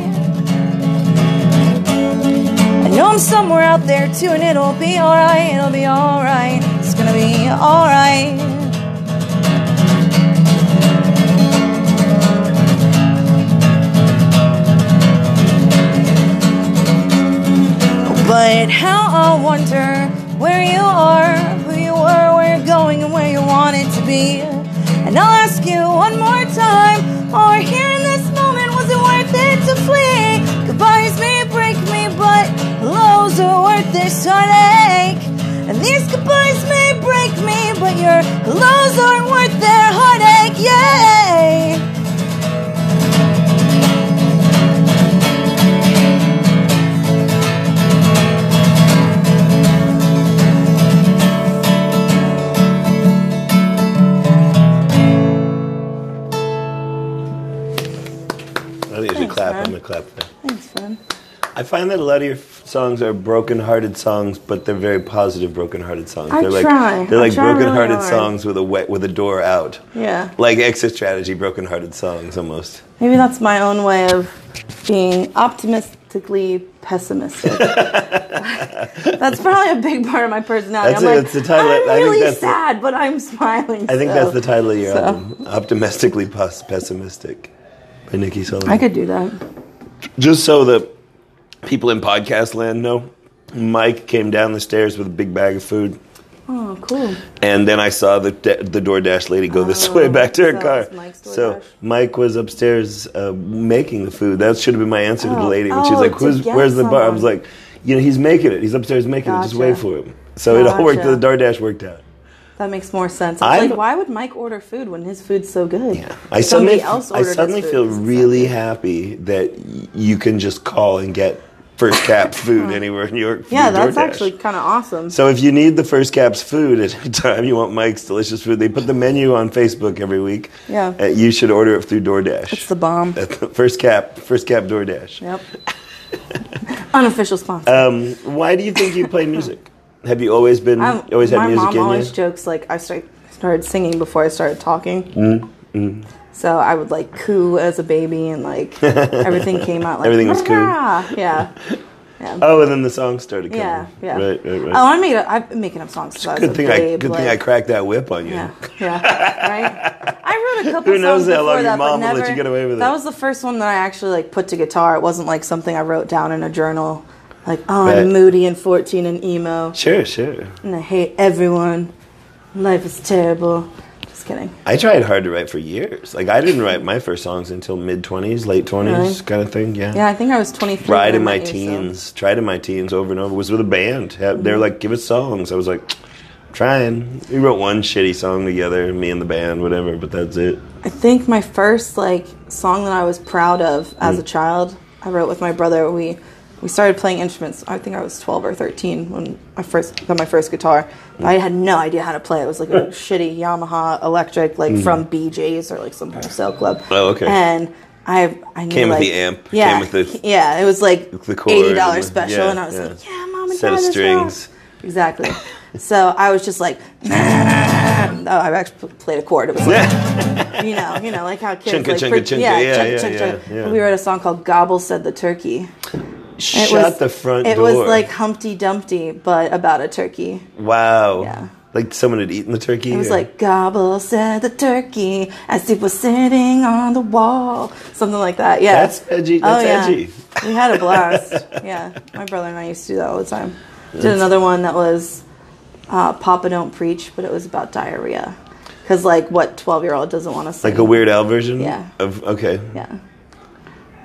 [SPEAKER 2] I know I'm somewhere out there too, and it'll be alright, it'll be alright, it's gonna be alright. But how I wonder where you are, who you were, where you're going, and where you wanted to be. And I'll ask you one more time, or here in this moment, was it worth it to flee? Goodbyes may break me, but hellos are worth this heartache. And these goodbyes may break me, but your hellos aren't worth their heartache, yay!
[SPEAKER 1] I think you should
[SPEAKER 2] Thanks,
[SPEAKER 1] clap.
[SPEAKER 2] man.
[SPEAKER 1] I'm gonna clap. There.
[SPEAKER 2] Thanks, friend.
[SPEAKER 1] I find that a lot of your f- songs are broken-hearted songs, but they're very positive broken-hearted songs.
[SPEAKER 2] I
[SPEAKER 1] they're like
[SPEAKER 2] try.
[SPEAKER 1] they're
[SPEAKER 2] I
[SPEAKER 1] like
[SPEAKER 2] try really
[SPEAKER 1] broken-hearted
[SPEAKER 2] hard.
[SPEAKER 1] songs with a wet with a door out.
[SPEAKER 2] Yeah.
[SPEAKER 1] Like exit strategy, broken-hearted songs almost.
[SPEAKER 2] Maybe that's my own way of being optimistically pessimistic. that's probably a big part of my personality.
[SPEAKER 1] That's
[SPEAKER 2] I'm
[SPEAKER 1] it,
[SPEAKER 2] like,
[SPEAKER 1] that's the title. I
[SPEAKER 2] I'm
[SPEAKER 1] think
[SPEAKER 2] really
[SPEAKER 1] that's the-
[SPEAKER 2] sad, but I'm smiling.
[SPEAKER 1] I think
[SPEAKER 2] so."
[SPEAKER 1] that's the title of your
[SPEAKER 2] so-
[SPEAKER 1] album, "Optimistically Pus- Pessimistic" by Nikki Sullivan.
[SPEAKER 2] I could do that.
[SPEAKER 1] Just so the people in podcast land know, Mike came down the stairs with a big bag of food.
[SPEAKER 2] Oh, cool.
[SPEAKER 1] And then I saw the the DoorDash lady go this way back to her
[SPEAKER 2] Oh, so
[SPEAKER 1] car.
[SPEAKER 2] it's Mike's
[SPEAKER 1] so
[SPEAKER 2] DoorDash.
[SPEAKER 1] Mike was upstairs uh, making the food. That should have been my answer to the
[SPEAKER 2] Oh,
[SPEAKER 1] lady when she's
[SPEAKER 2] oh,
[SPEAKER 1] like,
[SPEAKER 2] to
[SPEAKER 1] "Who's
[SPEAKER 2] get
[SPEAKER 1] where's the bar?" I was
[SPEAKER 2] someone.
[SPEAKER 1] like, "You know, he's making it. He's upstairs making it. Just
[SPEAKER 2] Gotcha.
[SPEAKER 1] wait for him." So it all worked. The
[SPEAKER 2] Gotcha.
[SPEAKER 1] DoorDash worked out.
[SPEAKER 2] That makes more sense. I was
[SPEAKER 1] I'm-
[SPEAKER 2] like, why would Mike order food when his food's so good?
[SPEAKER 1] I
[SPEAKER 2] Somebody
[SPEAKER 1] suddenly,
[SPEAKER 2] else
[SPEAKER 1] I
[SPEAKER 2] ordered his
[SPEAKER 1] suddenly
[SPEAKER 2] food
[SPEAKER 1] feel
[SPEAKER 2] because it's so
[SPEAKER 1] really
[SPEAKER 2] good.
[SPEAKER 1] happy that y- you can just call and get first cap food anywhere in New York.
[SPEAKER 2] Yeah,
[SPEAKER 1] through
[SPEAKER 2] that's
[SPEAKER 1] DoorDash.
[SPEAKER 2] actually kind of awesome.
[SPEAKER 1] So if you need the First Caps food at any time, you want Mike's delicious food, they put the menu on Facebook every week.
[SPEAKER 2] Yeah.
[SPEAKER 1] Uh, you should order it through DoorDash.
[SPEAKER 2] it's the bomb.
[SPEAKER 1] At the First Cap, First Cap DoorDash.
[SPEAKER 2] Yep. Unofficial sponsor.
[SPEAKER 1] Um, why do you think you play music? Have you always been
[SPEAKER 2] I'm-
[SPEAKER 1] always had
[SPEAKER 2] Um, my
[SPEAKER 1] music
[SPEAKER 2] mom
[SPEAKER 1] in
[SPEAKER 2] always
[SPEAKER 1] you?
[SPEAKER 2] jokes like I start, started singing before I started talking.
[SPEAKER 1] Mm,
[SPEAKER 2] So I would like coo as a baby and like everything came out like
[SPEAKER 1] Everything was coo.
[SPEAKER 2] "Rah!" Yeah.
[SPEAKER 1] Oh, and then the song started coming.
[SPEAKER 2] Yeah, yeah.
[SPEAKER 1] Right, right, right.
[SPEAKER 2] Oh, I made. A, I've been making up songs. Since I was
[SPEAKER 1] good
[SPEAKER 2] a
[SPEAKER 1] thing I
[SPEAKER 2] babe,
[SPEAKER 1] good
[SPEAKER 2] like,
[SPEAKER 1] thing I cracked that whip on you.
[SPEAKER 2] Yeah, yeah, right. I wrote a couple.
[SPEAKER 1] Who knows
[SPEAKER 2] songs
[SPEAKER 1] how long
[SPEAKER 2] before
[SPEAKER 1] your
[SPEAKER 2] that, but
[SPEAKER 1] mom will let
[SPEAKER 2] never,
[SPEAKER 1] you get away with
[SPEAKER 2] That
[SPEAKER 1] it.
[SPEAKER 2] was the first one that I actually like put to guitar. It wasn't like something I wrote down in a journal. Like, oh,
[SPEAKER 1] Right.
[SPEAKER 2] I'm moody and 14 and emo.
[SPEAKER 1] Sure, sure.
[SPEAKER 2] and I hate everyone. Life is terrible. Just kidding.
[SPEAKER 1] I tried hard to write for years. Like I didn't write my first songs until mid twenties, late twenties,
[SPEAKER 2] Really?
[SPEAKER 1] kind of thing. Yeah.
[SPEAKER 2] Yeah, I think I was 23.
[SPEAKER 1] Tried
[SPEAKER 2] when
[SPEAKER 1] in
[SPEAKER 2] I
[SPEAKER 1] my
[SPEAKER 2] met you, so-
[SPEAKER 1] teens, tried in my teens over and over. Was with a band. Ha-
[SPEAKER 2] Mm-hmm.
[SPEAKER 1] They were like, "Give us songs." I was like, "Trying." We wrote one shitty song together, me and the band, whatever. But that's it.
[SPEAKER 2] I think my first like song that I was proud of as a
[SPEAKER 1] Mm.
[SPEAKER 2] child, I wrote with my brother. We we started playing instruments. I think I was 12 or 13 when I first got my first guitar. But I had no idea how to play. It was like a shitty Yamaha electric, like from BJ's or like some wholesale club.
[SPEAKER 1] Mm. Oh, okay.
[SPEAKER 2] And I I knew,
[SPEAKER 1] Came with
[SPEAKER 2] like-
[SPEAKER 1] the amp,
[SPEAKER 2] Yeah,
[SPEAKER 1] came with the-
[SPEAKER 2] yeah. It was like
[SPEAKER 1] the chord
[SPEAKER 2] eighty
[SPEAKER 1] and
[SPEAKER 2] dollars
[SPEAKER 1] the-
[SPEAKER 2] special,
[SPEAKER 1] yeah,
[SPEAKER 2] and I was
[SPEAKER 1] yeah.
[SPEAKER 2] like, yeah, mom and
[SPEAKER 1] Set
[SPEAKER 2] dad,
[SPEAKER 1] of
[SPEAKER 2] this
[SPEAKER 1] strings.
[SPEAKER 2] rocks. Exactly. so I was just like, oh, I actually played a chord. It was like you know, you know, like how kids
[SPEAKER 1] Chunka,
[SPEAKER 2] like,
[SPEAKER 1] chunka,
[SPEAKER 2] pre-
[SPEAKER 1] chunka,
[SPEAKER 2] yeah,
[SPEAKER 1] yeah,
[SPEAKER 2] chunka,
[SPEAKER 1] yeah,
[SPEAKER 2] chunka,
[SPEAKER 1] yeah,
[SPEAKER 2] chunka.
[SPEAKER 1] yeah.
[SPEAKER 2] We wrote a song called "Gobble Said the Turkey."
[SPEAKER 1] Shut the front
[SPEAKER 2] It
[SPEAKER 1] door.
[SPEAKER 2] was like Humpty Dumpty, but about a turkey.
[SPEAKER 1] wow.
[SPEAKER 2] Yeah.
[SPEAKER 1] Like someone had eaten the turkey.
[SPEAKER 2] It was
[SPEAKER 1] or-
[SPEAKER 2] like "Gobble Said the Turkey" as it was sitting on the wall, something like that. Yeah, Oh,
[SPEAKER 1] That's edgy. That's edgy.
[SPEAKER 2] we had a blast. yeah, my brother and I used to do that all the time. Did another one that was uh, "Papa Don't Preach," but it was about diarrhea. Because like, what twelve-year-old doesn't want to sing?
[SPEAKER 1] like a Weird Al version.
[SPEAKER 2] Yeah.
[SPEAKER 1] Of okay,
[SPEAKER 2] yeah.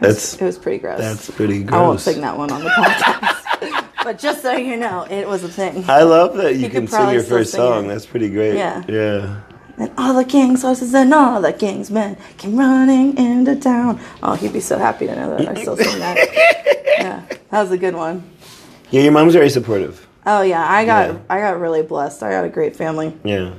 [SPEAKER 1] that's
[SPEAKER 2] It was pretty gross.
[SPEAKER 1] that's pretty gross.
[SPEAKER 2] I won't sing that one on the podcast. but just so you know, it was a thing.
[SPEAKER 1] I love that you can
[SPEAKER 2] could
[SPEAKER 1] sing
[SPEAKER 2] probably
[SPEAKER 1] your
[SPEAKER 2] still
[SPEAKER 1] first
[SPEAKER 2] sing it.
[SPEAKER 1] song. That's pretty great.
[SPEAKER 2] Yeah.
[SPEAKER 1] Yeah.
[SPEAKER 2] And all the king's horses and all the king's men came running into town. Oh, he'd be so happy to know that I still sing that. yeah, that was a good one.
[SPEAKER 1] Yeah. Your mom's very supportive.
[SPEAKER 2] Oh yeah, I got
[SPEAKER 1] Yeah.
[SPEAKER 2] I got really blessed. I got a great family.
[SPEAKER 1] Yeah.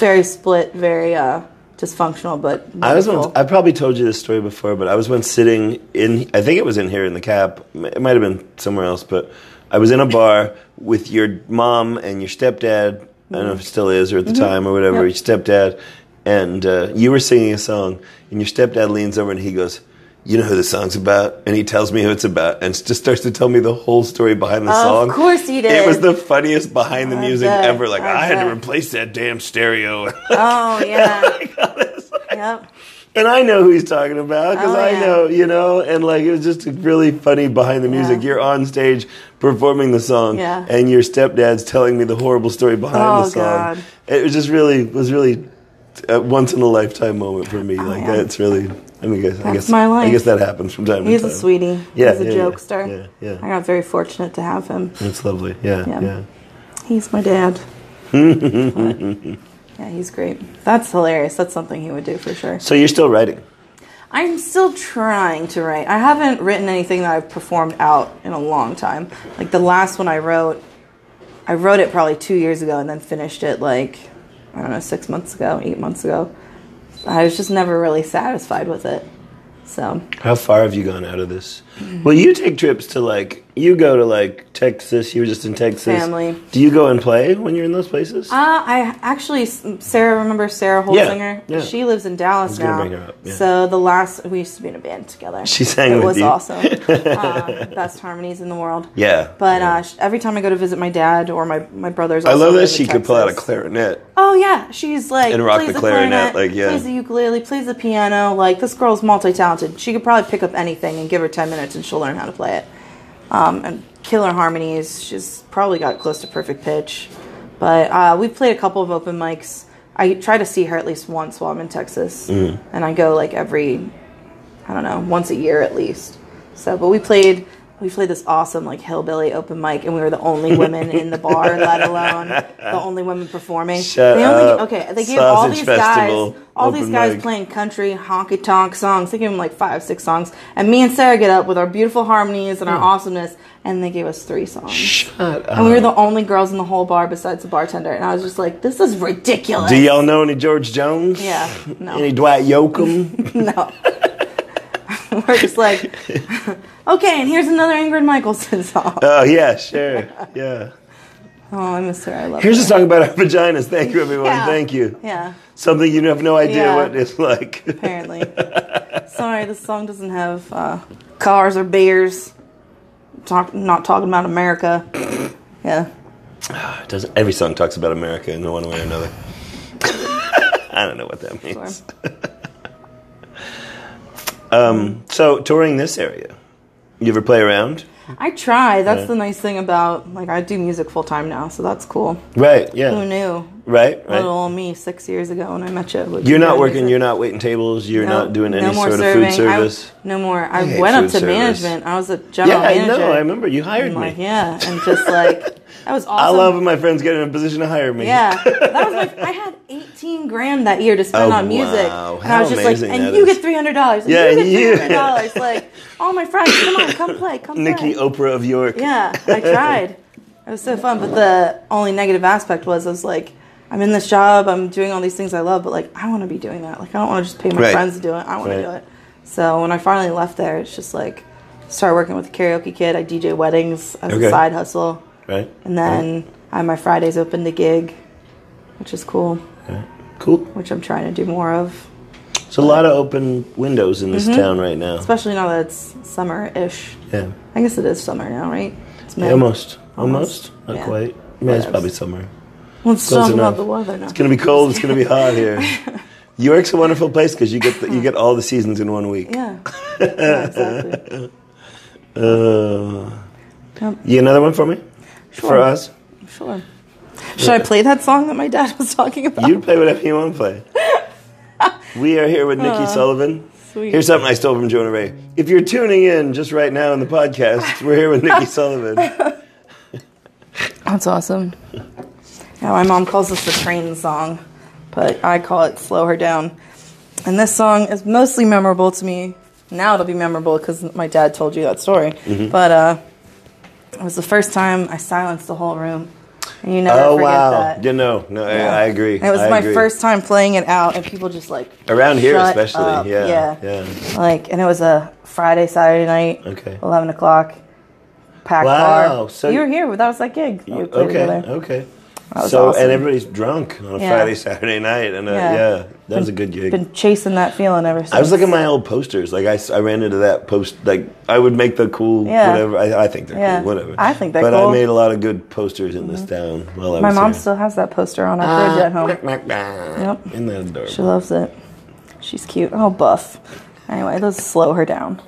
[SPEAKER 2] Very split, very uh, dysfunctional, but
[SPEAKER 1] I was once,
[SPEAKER 2] wonderful.
[SPEAKER 1] I probably told you this story before, but I was once sitting in I think it was in here in the cab. It might have been somewhere else, but I was in a bar with your mom and your stepdad. I don't know if it still is or at the time or whatever.
[SPEAKER 2] Mm-hmm. Yep.
[SPEAKER 1] Your stepdad and uh, you were singing a song, and your stepdad leans over and he goes. You know who the song's about, and he tells me who it's about, and just starts to tell me the whole story behind the
[SPEAKER 2] Of
[SPEAKER 1] song.
[SPEAKER 2] course he did.
[SPEAKER 1] It was the funniest behind the
[SPEAKER 2] I
[SPEAKER 1] music
[SPEAKER 2] bet,
[SPEAKER 1] ever. Like I,
[SPEAKER 2] I
[SPEAKER 1] had to
[SPEAKER 2] bet.
[SPEAKER 1] replace that damn stereo.
[SPEAKER 2] oh yeah, yep.
[SPEAKER 1] And I know who he's talking about because
[SPEAKER 2] Oh,
[SPEAKER 1] I
[SPEAKER 2] yeah.
[SPEAKER 1] know, you know, and like it was just a really funny behind the music.
[SPEAKER 2] Yeah.
[SPEAKER 1] You're on stage performing the song,
[SPEAKER 2] Yeah.
[SPEAKER 1] and your stepdad's telling me the horrible story behind
[SPEAKER 2] Oh,
[SPEAKER 1] the song.
[SPEAKER 2] God.
[SPEAKER 1] It was just really was really a once in a lifetime moment for me. like
[SPEAKER 2] Oh, yeah.
[SPEAKER 1] that's really. I mean, I guess I
[SPEAKER 2] That's
[SPEAKER 1] guess
[SPEAKER 2] my
[SPEAKER 1] I
[SPEAKER 2] life.
[SPEAKER 1] guess that happens from time
[SPEAKER 2] He's
[SPEAKER 1] to
[SPEAKER 2] a
[SPEAKER 1] time.
[SPEAKER 2] sweetie.
[SPEAKER 1] Yeah,
[SPEAKER 2] He's a
[SPEAKER 1] yeah, yeah,
[SPEAKER 2] jokester.
[SPEAKER 1] yeah, yeah.
[SPEAKER 2] I got very fortunate to have him.
[SPEAKER 1] That's lovely. Yeah,
[SPEAKER 2] Yeah.
[SPEAKER 1] yeah.
[SPEAKER 2] He's my dad. But, yeah, he's great. That's hilarious. That's something he would do for sure.
[SPEAKER 1] So you're still writing.
[SPEAKER 2] I'm still trying to write. I haven't written anything that I've performed out in a long time. Like the last one I wrote, I wrote it probably two years ago and then finished it like, I don't know, six months ago, eight months ago. I was just never really satisfied with it. So,
[SPEAKER 1] How far have you gone out of this?
[SPEAKER 2] Mm.
[SPEAKER 1] Well, you take trips to like you go to like Texas. You were just in Texas.
[SPEAKER 2] Family.
[SPEAKER 1] Do you go and play when you're in those places?
[SPEAKER 2] Uh, I actually, Sarah, remember Sarah Holzinger?
[SPEAKER 1] yeah.
[SPEAKER 2] She lives in Dallas
[SPEAKER 1] gonna
[SPEAKER 2] now.
[SPEAKER 1] bring her up, yeah.
[SPEAKER 2] So the last, we used to be in a band together.
[SPEAKER 1] She sang
[SPEAKER 2] It
[SPEAKER 1] with
[SPEAKER 2] was
[SPEAKER 1] you.
[SPEAKER 2] awesome. uh, best harmonies in the world.
[SPEAKER 1] yeah.
[SPEAKER 2] But
[SPEAKER 1] yeah.
[SPEAKER 2] uh, sh- every time I go to visit my dad or my, my brothers,
[SPEAKER 1] I
[SPEAKER 2] also
[SPEAKER 1] love that
[SPEAKER 2] live in
[SPEAKER 1] she could pull out a
[SPEAKER 2] Texas.
[SPEAKER 1] clarinet.
[SPEAKER 2] Oh yeah, she's like
[SPEAKER 1] And rock
[SPEAKER 2] plays
[SPEAKER 1] the clarinet, like, yeah.
[SPEAKER 2] plays the ukulele, plays the piano. Like this girl's multi-talented. She could probably pick up anything and give her ten minutes, and she'll learn how to play it. Um, and killer harmonies. She's probably got close to perfect pitch. But uh, we played a couple of open mics. I try to see her at least once while I'm in Texas,
[SPEAKER 1] Mm-hmm.
[SPEAKER 2] and I go like every, I don't know, once a year at least. So, but we played. We played this awesome like hillbilly open mic, and we were the only women in the bar, let alone the only women performing.
[SPEAKER 1] Shut
[SPEAKER 2] they only,
[SPEAKER 1] up.
[SPEAKER 2] Okay, they gave all
[SPEAKER 1] Sausage
[SPEAKER 2] these
[SPEAKER 1] Festival,
[SPEAKER 2] guys, all these
[SPEAKER 1] open
[SPEAKER 2] guys
[SPEAKER 1] mic.
[SPEAKER 2] playing country honky tonk songs. They gave them like five, six songs, and me and Sarah get up with our beautiful harmonies and our awesomeness, and they gave us three songs.
[SPEAKER 1] Mm. Shut up.
[SPEAKER 2] And we were the only girls in the whole bar besides the bartender, and I was just like, "This is ridiculous."
[SPEAKER 1] Do y'all know any George Jones?
[SPEAKER 2] Yeah, no.
[SPEAKER 1] Any Dwight Yoakam?
[SPEAKER 2] no. we're just like, okay, and here's another Ingrid Michaelson song.
[SPEAKER 1] oh yeah, sure. Yeah.
[SPEAKER 2] Oh, I miss her. I love
[SPEAKER 1] Here's
[SPEAKER 2] her.
[SPEAKER 1] a song about our vaginas. Thank you, everyone.
[SPEAKER 2] Yeah.
[SPEAKER 1] Thank you.
[SPEAKER 2] Yeah,
[SPEAKER 1] Something you have no idea
[SPEAKER 2] Yeah.
[SPEAKER 1] what it's like.
[SPEAKER 2] apparently. Sorry, this song doesn't have uh, cars or beers. Talk, not talking about America. Yeah.
[SPEAKER 1] Doesn't every song talks about America in one way or another? I don't know what that
[SPEAKER 2] Sure.
[SPEAKER 1] means. Um, So touring this area, you ever play around?
[SPEAKER 2] I try. That's
[SPEAKER 1] Yeah.
[SPEAKER 2] the nice thing about like I do music full time now, so that's cool.
[SPEAKER 1] Right. Yeah.
[SPEAKER 2] Who knew?
[SPEAKER 1] Right. Right.
[SPEAKER 2] Little old me six years ago when I met you. would
[SPEAKER 1] You're
[SPEAKER 2] be
[SPEAKER 1] not
[SPEAKER 2] doing
[SPEAKER 1] working.
[SPEAKER 2] music.
[SPEAKER 1] You're not waiting tables. You're
[SPEAKER 2] No-
[SPEAKER 1] not doing
[SPEAKER 2] no
[SPEAKER 1] any
[SPEAKER 2] more
[SPEAKER 1] sort of food
[SPEAKER 2] serving. I-
[SPEAKER 1] service.
[SPEAKER 2] no more. I,
[SPEAKER 1] hate
[SPEAKER 2] went
[SPEAKER 1] food
[SPEAKER 2] up to
[SPEAKER 1] service.
[SPEAKER 2] management. I was a
[SPEAKER 1] yeah,
[SPEAKER 2] general
[SPEAKER 1] I
[SPEAKER 2] manager.
[SPEAKER 1] know. I remember you hired
[SPEAKER 2] I'm
[SPEAKER 1] me.
[SPEAKER 2] like, yeah, and just like that was awesome.
[SPEAKER 1] I love when my friends get in a position to hire me.
[SPEAKER 2] Yeah, that was like I had eighteen grand that year to spend
[SPEAKER 1] Oh,
[SPEAKER 2] on music,
[SPEAKER 1] wow.
[SPEAKER 2] and
[SPEAKER 1] How
[SPEAKER 2] I was just like,
[SPEAKER 1] amazing
[SPEAKER 2] and
[SPEAKER 1] that
[SPEAKER 2] you
[SPEAKER 1] is.
[SPEAKER 2] get three hundred dollars.
[SPEAKER 1] Yeah,
[SPEAKER 2] you
[SPEAKER 1] and
[SPEAKER 2] get
[SPEAKER 1] you-
[SPEAKER 2] three hundred dollars. like all my friends, come on, come play, come
[SPEAKER 1] Nikki
[SPEAKER 2] play.
[SPEAKER 1] Oprah of York.
[SPEAKER 2] Yeah, I tried. It was so fun, but the only negative aspect was I was like, I'm in this job, I'm doing all these things I love, but like I want to be doing that. Like I don't want to just pay my
[SPEAKER 1] Right.
[SPEAKER 2] friends to do it. I want
[SPEAKER 1] Right.
[SPEAKER 2] to do it. So when I finally left there, it's just like started working with a karaoke kid. I DJ weddings as
[SPEAKER 1] Okay.
[SPEAKER 2] a side hustle.
[SPEAKER 1] Right.
[SPEAKER 2] And then I have my Fridays open to gig, which is cool,
[SPEAKER 1] Cool.
[SPEAKER 2] which I'm trying to do more of,
[SPEAKER 1] There's a lot of open windows in this town right now.
[SPEAKER 2] especially now that Mm-hmm. it's summer ish.
[SPEAKER 1] Yeah.
[SPEAKER 2] I guess it is summer now, right? It's May.
[SPEAKER 1] Almost. Almost.
[SPEAKER 2] Almost.
[SPEAKER 1] Not
[SPEAKER 2] Yeah.
[SPEAKER 1] quite. Yeah, it's
[SPEAKER 2] Whatevs.
[SPEAKER 1] probably somewhere.
[SPEAKER 2] Let's
[SPEAKER 1] Close
[SPEAKER 2] talk
[SPEAKER 1] enough.
[SPEAKER 2] about the weather now.
[SPEAKER 1] It's gonna be cold. It's gonna be hot here. York's a wonderful place because you get the, you get all the seasons in one week.
[SPEAKER 2] Yeah. yeah, exactly.
[SPEAKER 1] Uh,
[SPEAKER 2] Yep.
[SPEAKER 1] you another one for me? For
[SPEAKER 2] Sure.
[SPEAKER 1] us?
[SPEAKER 2] Sure. Should I play that song that my dad was talking about?
[SPEAKER 1] You play whatever you want to play. we are here with Nikki Sullivan.
[SPEAKER 2] sweet.
[SPEAKER 1] Here's something I stole from Jonah Ray. If you're tuning in just right now in the podcast, we're here with Nikki Sullivan.
[SPEAKER 2] That's awesome. Yeah, my mom calls this the train song, but I call it Slow Her Down. And this song is mostly memorable to me. Now it'll be memorable because my dad told you that story.
[SPEAKER 1] Mm-hmm.
[SPEAKER 2] But uh, it was the first time I silenced the whole room. And you never
[SPEAKER 1] Oh
[SPEAKER 2] forget
[SPEAKER 1] wow!
[SPEAKER 2] that.
[SPEAKER 1] You know, no, I, I agree.
[SPEAKER 2] And it was
[SPEAKER 1] I
[SPEAKER 2] my
[SPEAKER 1] agree.
[SPEAKER 2] first time playing it out, and people just like
[SPEAKER 1] around here,
[SPEAKER 2] shut
[SPEAKER 1] especially.
[SPEAKER 2] up.
[SPEAKER 1] Yeah,
[SPEAKER 2] yeah,
[SPEAKER 1] yeah.
[SPEAKER 2] Like, and it was a Friday, Saturday night,
[SPEAKER 1] Okay.
[SPEAKER 2] eleven o'clock, packed
[SPEAKER 1] Wow,
[SPEAKER 2] bar.
[SPEAKER 1] so-
[SPEAKER 2] you were here without us that gig. that we played
[SPEAKER 1] Okay,
[SPEAKER 2] together.
[SPEAKER 1] okay.
[SPEAKER 2] was
[SPEAKER 1] So
[SPEAKER 2] awesome.
[SPEAKER 1] and everybody's drunk on a
[SPEAKER 2] Yeah.
[SPEAKER 1] Friday, Saturday night, and uh,
[SPEAKER 2] Yeah.
[SPEAKER 1] yeah. that was a good gig.
[SPEAKER 2] been chasing that feeling ever since.
[SPEAKER 1] I was looking at my old posters. Like I, s- I ran into that post. Like I would make the cool
[SPEAKER 2] Yeah.
[SPEAKER 1] whatever. I, I think they're
[SPEAKER 2] Yeah.
[SPEAKER 1] cool. Whatever.
[SPEAKER 2] I think they're
[SPEAKER 1] but
[SPEAKER 2] cool. Mm-hmm.
[SPEAKER 1] I made a lot of good posters in this town while I
[SPEAKER 2] My
[SPEAKER 1] was
[SPEAKER 2] mom
[SPEAKER 1] here.
[SPEAKER 2] still has that poster on
[SPEAKER 1] Uh,
[SPEAKER 2] our fridge at home.
[SPEAKER 1] Yep.
[SPEAKER 2] Yep.
[SPEAKER 1] Isn't that adorable?
[SPEAKER 2] She loves it. She's cute. Oh, buff. Anyway, let's slow her down.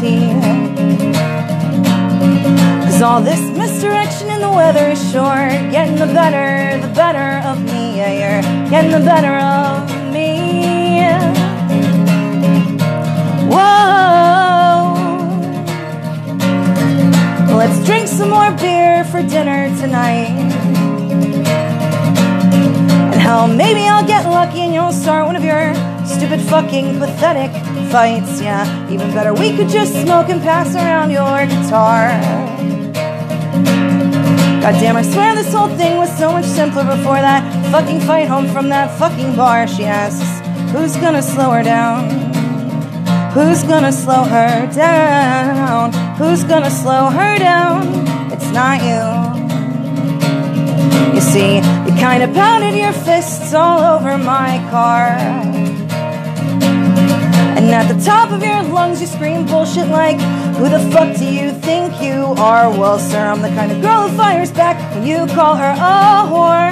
[SPEAKER 2] feel. Cause all this misdirection in the weather is sure getting the better, the better of me. Yeah, you're getting the better of me. Whoa. Let's drink some more beer for dinner tonight. And hell, maybe I'll get lucky and you'll start one of your stupid fucking pathetic fights. Yeah, even better, we could just smoke and pass around your guitar. God damn, I swear this whole thing was so much simpler before that fucking fight home from that fucking bar. She asks, Who's gonna slow her down? Who's gonna slow her down? Who's gonna slow her down? It's not you. You see, you kinda pounded your fists all over my car. And at the top of your lungs, you scream bullshit like, Who the fuck do you think you are? Well, sir, I'm the kind of girl who fires back when you call her a whore.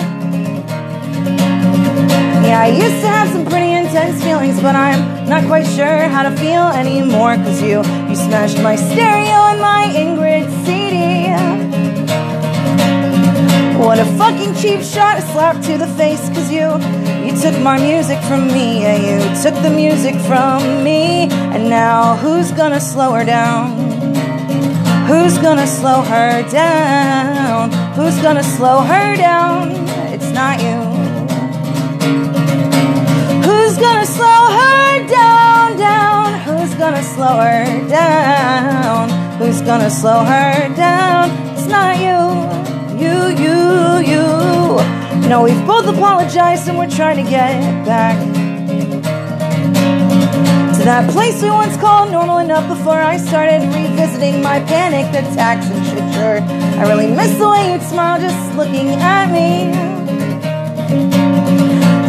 [SPEAKER 2] Yeah, I used to have some pretty intense feelings, but I'm not quite sure how to feel anymore. Cause you, you smashed my stereo and my Ingrid CD. What a fucking cheap shot, a slap to the face, cause you, you took my music from me, yeah, you took the music from me, and now who's gonna slow her down? Who's gonna slow her down? Who's gonna slow her down? It's not you. Who's gonna slow her down, down? Who's gonna slow her down? Who's gonna slow her down? It's not you you, you, you. No, we've both apologized and we're trying to get back to that place we once called normal enough before I started revisiting my panic attacks and shit. Sure, I really miss the way you'd smile just looking at me.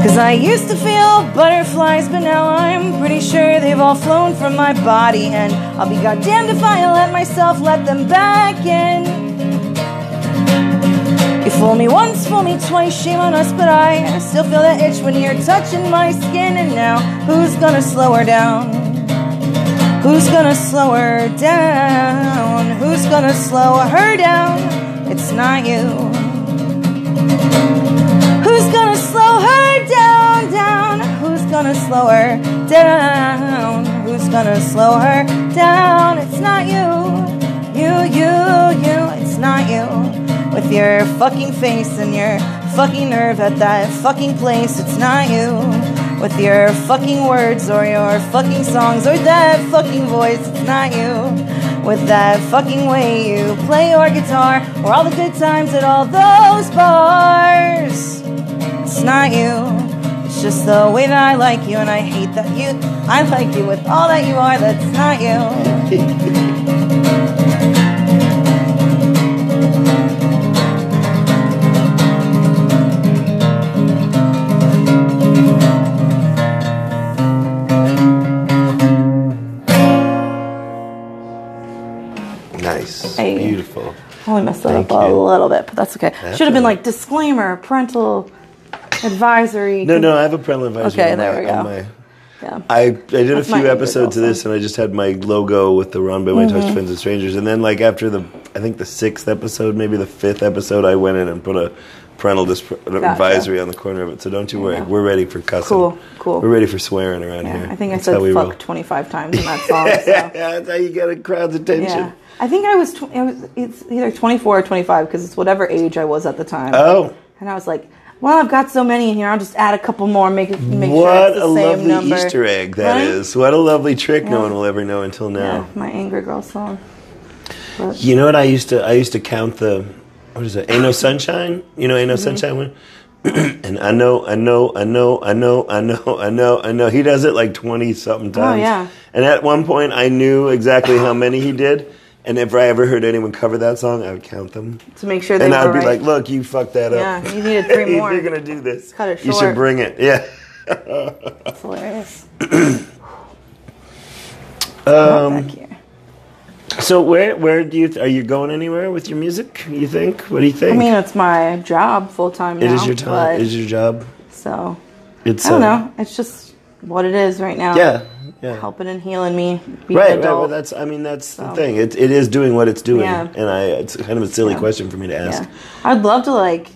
[SPEAKER 2] Cause I used to feel butterflies, but now I'm pretty sure they've all flown from my body. And I'll be goddamned if I let myself let them back in. You fool me once, fool me twice, shame on us, but I still feel that itch when you're touching my skin. And now, who's gonna slow her down? Who's gonna slow her down? Who's gonna slow her down? It's not you. Who's gonna slow her down, down? Who's gonna slow her down? Who's gonna slow her down? It's not you. You, you, you, it's not you. With your fucking face and your fucking nerve at that fucking place, it's not you. With your fucking words or your fucking songs or that fucking voice, it's not you. With that fucking way you play your guitar or all the good times at all those bars. It's not you. It's just the way that I like you and I hate that you. I like you with all that you are, that's not you.
[SPEAKER 1] Nice.
[SPEAKER 2] Hey.
[SPEAKER 1] Beautiful.
[SPEAKER 2] Only Oh, messed that
[SPEAKER 1] Thank
[SPEAKER 2] up a
[SPEAKER 1] you.
[SPEAKER 2] little bit, but that's okay.
[SPEAKER 1] That's
[SPEAKER 2] Should have been
[SPEAKER 1] all right.
[SPEAKER 2] like disclaimer, parental advisory.
[SPEAKER 1] No, no, I have a parental advisory.
[SPEAKER 2] Okay,
[SPEAKER 1] on
[SPEAKER 2] there
[SPEAKER 1] my-
[SPEAKER 2] we go.
[SPEAKER 1] on my-
[SPEAKER 2] Yeah.
[SPEAKER 1] I, I did
[SPEAKER 2] That's
[SPEAKER 1] a
[SPEAKER 2] my
[SPEAKER 1] few
[SPEAKER 2] Ingrid
[SPEAKER 1] episodes of
[SPEAKER 2] also.
[SPEAKER 1] this, and I just had my logo with the Ron by My
[SPEAKER 2] Mm-hmm.
[SPEAKER 1] Touch Friends and Strangers, and then like after the I think the sixth episode, maybe the fifth episode, I went in and put a parental dis- advisory on the corner of it. So don't you worry,
[SPEAKER 2] Yeah.
[SPEAKER 1] we're ready for cussing.
[SPEAKER 2] Cool, cool.
[SPEAKER 1] We're ready for swearing around
[SPEAKER 2] yeah.
[SPEAKER 1] here.
[SPEAKER 2] I think I
[SPEAKER 1] That's
[SPEAKER 2] said
[SPEAKER 1] how we
[SPEAKER 2] fuck
[SPEAKER 1] roll.
[SPEAKER 2] 25 times in that song. So.
[SPEAKER 1] Yeah, that's how you get a crowd's attention.
[SPEAKER 2] yeah. I think I was, tw- I was, it's either 24 or 25 because it's whatever age I was at the time.
[SPEAKER 1] Oh,
[SPEAKER 2] and I was like, well, I've got so many in here. I'll just add a couple more, make it, make sure
[SPEAKER 1] what
[SPEAKER 2] it's the
[SPEAKER 1] a
[SPEAKER 2] same
[SPEAKER 1] lovely
[SPEAKER 2] number.
[SPEAKER 1] Easter egg that
[SPEAKER 2] Right?
[SPEAKER 1] is! What a lovely trick
[SPEAKER 2] Yeah.
[SPEAKER 1] no one will ever know until now.
[SPEAKER 2] Yeah, my Angry Girl song.
[SPEAKER 1] You know what I used to? I used to count the what is it? Ain't no sunshine. You know, ain't
[SPEAKER 2] Mm-hmm.
[SPEAKER 1] no sunshine one. and I know, I know, I know, I know, I know, I know, I know. He does it like twenty something times.
[SPEAKER 2] Oh, yeah.
[SPEAKER 1] And at one point, I knew exactly how many he did. And if I ever heard anyone cover that song, I would count them.
[SPEAKER 2] To make sure they
[SPEAKER 1] And
[SPEAKER 2] were
[SPEAKER 1] I'd be
[SPEAKER 2] right.
[SPEAKER 1] like, "Look, you fucked that
[SPEAKER 2] Yeah,
[SPEAKER 1] up.
[SPEAKER 2] you needed three
[SPEAKER 1] If
[SPEAKER 2] more.
[SPEAKER 1] You're gonna do this.
[SPEAKER 2] Cut it
[SPEAKER 1] You
[SPEAKER 2] short.
[SPEAKER 1] should bring it. Yeah.
[SPEAKER 2] That's hilarious. um, back here.
[SPEAKER 1] So where where do you are you going anywhere with your music? You think? What do you think?
[SPEAKER 2] I mean, it's my job full time now.
[SPEAKER 1] it is your time.
[SPEAKER 2] but-
[SPEAKER 1] It is your job.
[SPEAKER 2] so
[SPEAKER 1] It's
[SPEAKER 2] I don't
[SPEAKER 1] uh,
[SPEAKER 2] know. It's just what it is right now.
[SPEAKER 1] Yeah, yeah.
[SPEAKER 2] Helping and healing me. Be
[SPEAKER 1] Right,
[SPEAKER 2] an
[SPEAKER 1] right.
[SPEAKER 2] adult.
[SPEAKER 1] Well, that's I mean that's
[SPEAKER 2] So.
[SPEAKER 1] the thing. It, it is doing what it's doing,
[SPEAKER 2] Yeah.
[SPEAKER 1] and I it's kind of a silly
[SPEAKER 2] Yeah.
[SPEAKER 1] question for me to ask.
[SPEAKER 2] yeah. I'd love to like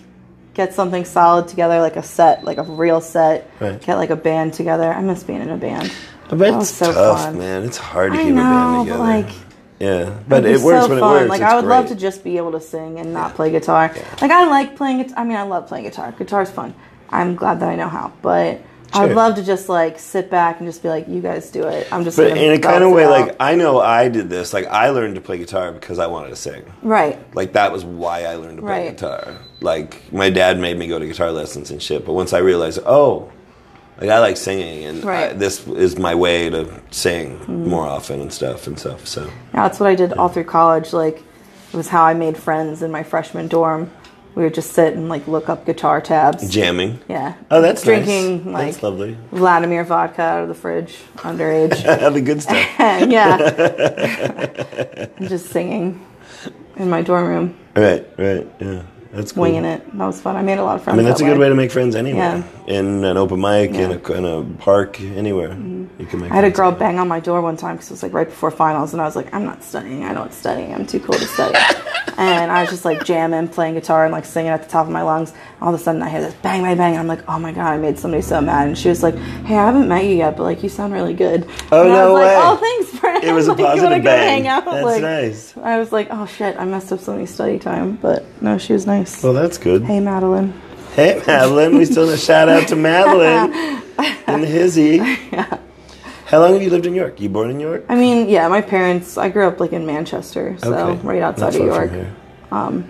[SPEAKER 2] get something solid together, like a set, like a real set.
[SPEAKER 1] Right.
[SPEAKER 2] Get like a band together. I miss being in a band.
[SPEAKER 1] I bet
[SPEAKER 2] was
[SPEAKER 1] it's
[SPEAKER 2] Oh, so
[SPEAKER 1] tough,
[SPEAKER 2] fun.
[SPEAKER 1] man. It's hard to
[SPEAKER 2] I
[SPEAKER 1] keep a
[SPEAKER 2] know,
[SPEAKER 1] band
[SPEAKER 2] but
[SPEAKER 1] together.
[SPEAKER 2] like
[SPEAKER 1] yeah, but
[SPEAKER 2] It'd
[SPEAKER 1] it
[SPEAKER 2] be
[SPEAKER 1] works
[SPEAKER 2] so
[SPEAKER 1] when it
[SPEAKER 2] fun.
[SPEAKER 1] works.
[SPEAKER 2] Like
[SPEAKER 1] It's
[SPEAKER 2] I would love to
[SPEAKER 1] great.
[SPEAKER 2] just be able to sing and not play guitar. Like I like playing. guit- I mean, I love playing guitar. Guitar's fun. I'm glad that I know how, but I
[SPEAKER 1] Sure.
[SPEAKER 2] would love to just like sit back and just be like, "You guys do it." I'm just.
[SPEAKER 1] But
[SPEAKER 2] gonna
[SPEAKER 1] in a kind of
[SPEAKER 2] bounce it
[SPEAKER 1] way,
[SPEAKER 2] out.
[SPEAKER 1] like I know I did this. Like I learned to play guitar because I wanted to sing.
[SPEAKER 2] right,
[SPEAKER 1] Like that was why I learned to play
[SPEAKER 2] Right.
[SPEAKER 1] guitar. Like my dad made me go to guitar lessons and shit. But once I realized, oh, like I like singing, and I-
[SPEAKER 2] Right. Mm-hmm.
[SPEAKER 1] this is my way to sing more often and stuff and stuff. So
[SPEAKER 2] Yeah, that's what I did all through college. Like it was how I made friends in my freshman dorm. We would just sit and like look up guitar tabs.
[SPEAKER 1] jamming.
[SPEAKER 2] yeah.
[SPEAKER 1] Oh, that's nice.
[SPEAKER 2] drinking like
[SPEAKER 1] that's lovely.
[SPEAKER 2] Vladimir vodka out of the fridge, underage.
[SPEAKER 1] the good stuff.
[SPEAKER 2] yeah. I'm just singing in my dorm room,
[SPEAKER 1] Right, right, yeah. That's cool.
[SPEAKER 2] winging it. That was fun. I made a lot of friends.
[SPEAKER 1] Hmm. I mean, that's a
[SPEAKER 2] that
[SPEAKER 1] good way to make friends anywhere.
[SPEAKER 2] Yeah.
[SPEAKER 1] In an open mic, in,
[SPEAKER 2] Yeah. Mm-hmm.
[SPEAKER 1] a, in a park, anywhere. You can make
[SPEAKER 2] I had a
[SPEAKER 1] friends.
[SPEAKER 2] girl bang on my door one time because it was like right before finals, and I was like, I'm not studying. I don't study. I'm too cool to study. and I was just like jamming, playing guitar, and like singing at the top of my lungs. All of a sudden, I hear this bang, bang, bang, and I'm like, oh my god, I made somebody so mad. And she was like, hey, I haven't met you yet, but like you sound really good.
[SPEAKER 1] Oh,
[SPEAKER 2] and I
[SPEAKER 1] no
[SPEAKER 2] was
[SPEAKER 1] way.
[SPEAKER 2] like, oh, thanks, friend.
[SPEAKER 1] It was a
[SPEAKER 2] Like, you wanna
[SPEAKER 1] positive
[SPEAKER 2] go
[SPEAKER 1] bang.
[SPEAKER 2] hang out?
[SPEAKER 1] That's
[SPEAKER 2] Like,
[SPEAKER 1] nice.
[SPEAKER 2] I was like, oh shit, I messed up somebody's study time, but no, she was nice.
[SPEAKER 1] Well, that's good. Hey,
[SPEAKER 2] Hey, Madeline.
[SPEAKER 1] Madeline. We still shout out to Madeline and Hizzy. How long have you lived in New York? You born in New York?
[SPEAKER 2] I mean, yeah, my parents. I grew up like in Manchester, so
[SPEAKER 1] Okay.
[SPEAKER 2] right outside
[SPEAKER 1] Not
[SPEAKER 2] of
[SPEAKER 1] far from
[SPEAKER 2] York.
[SPEAKER 1] here.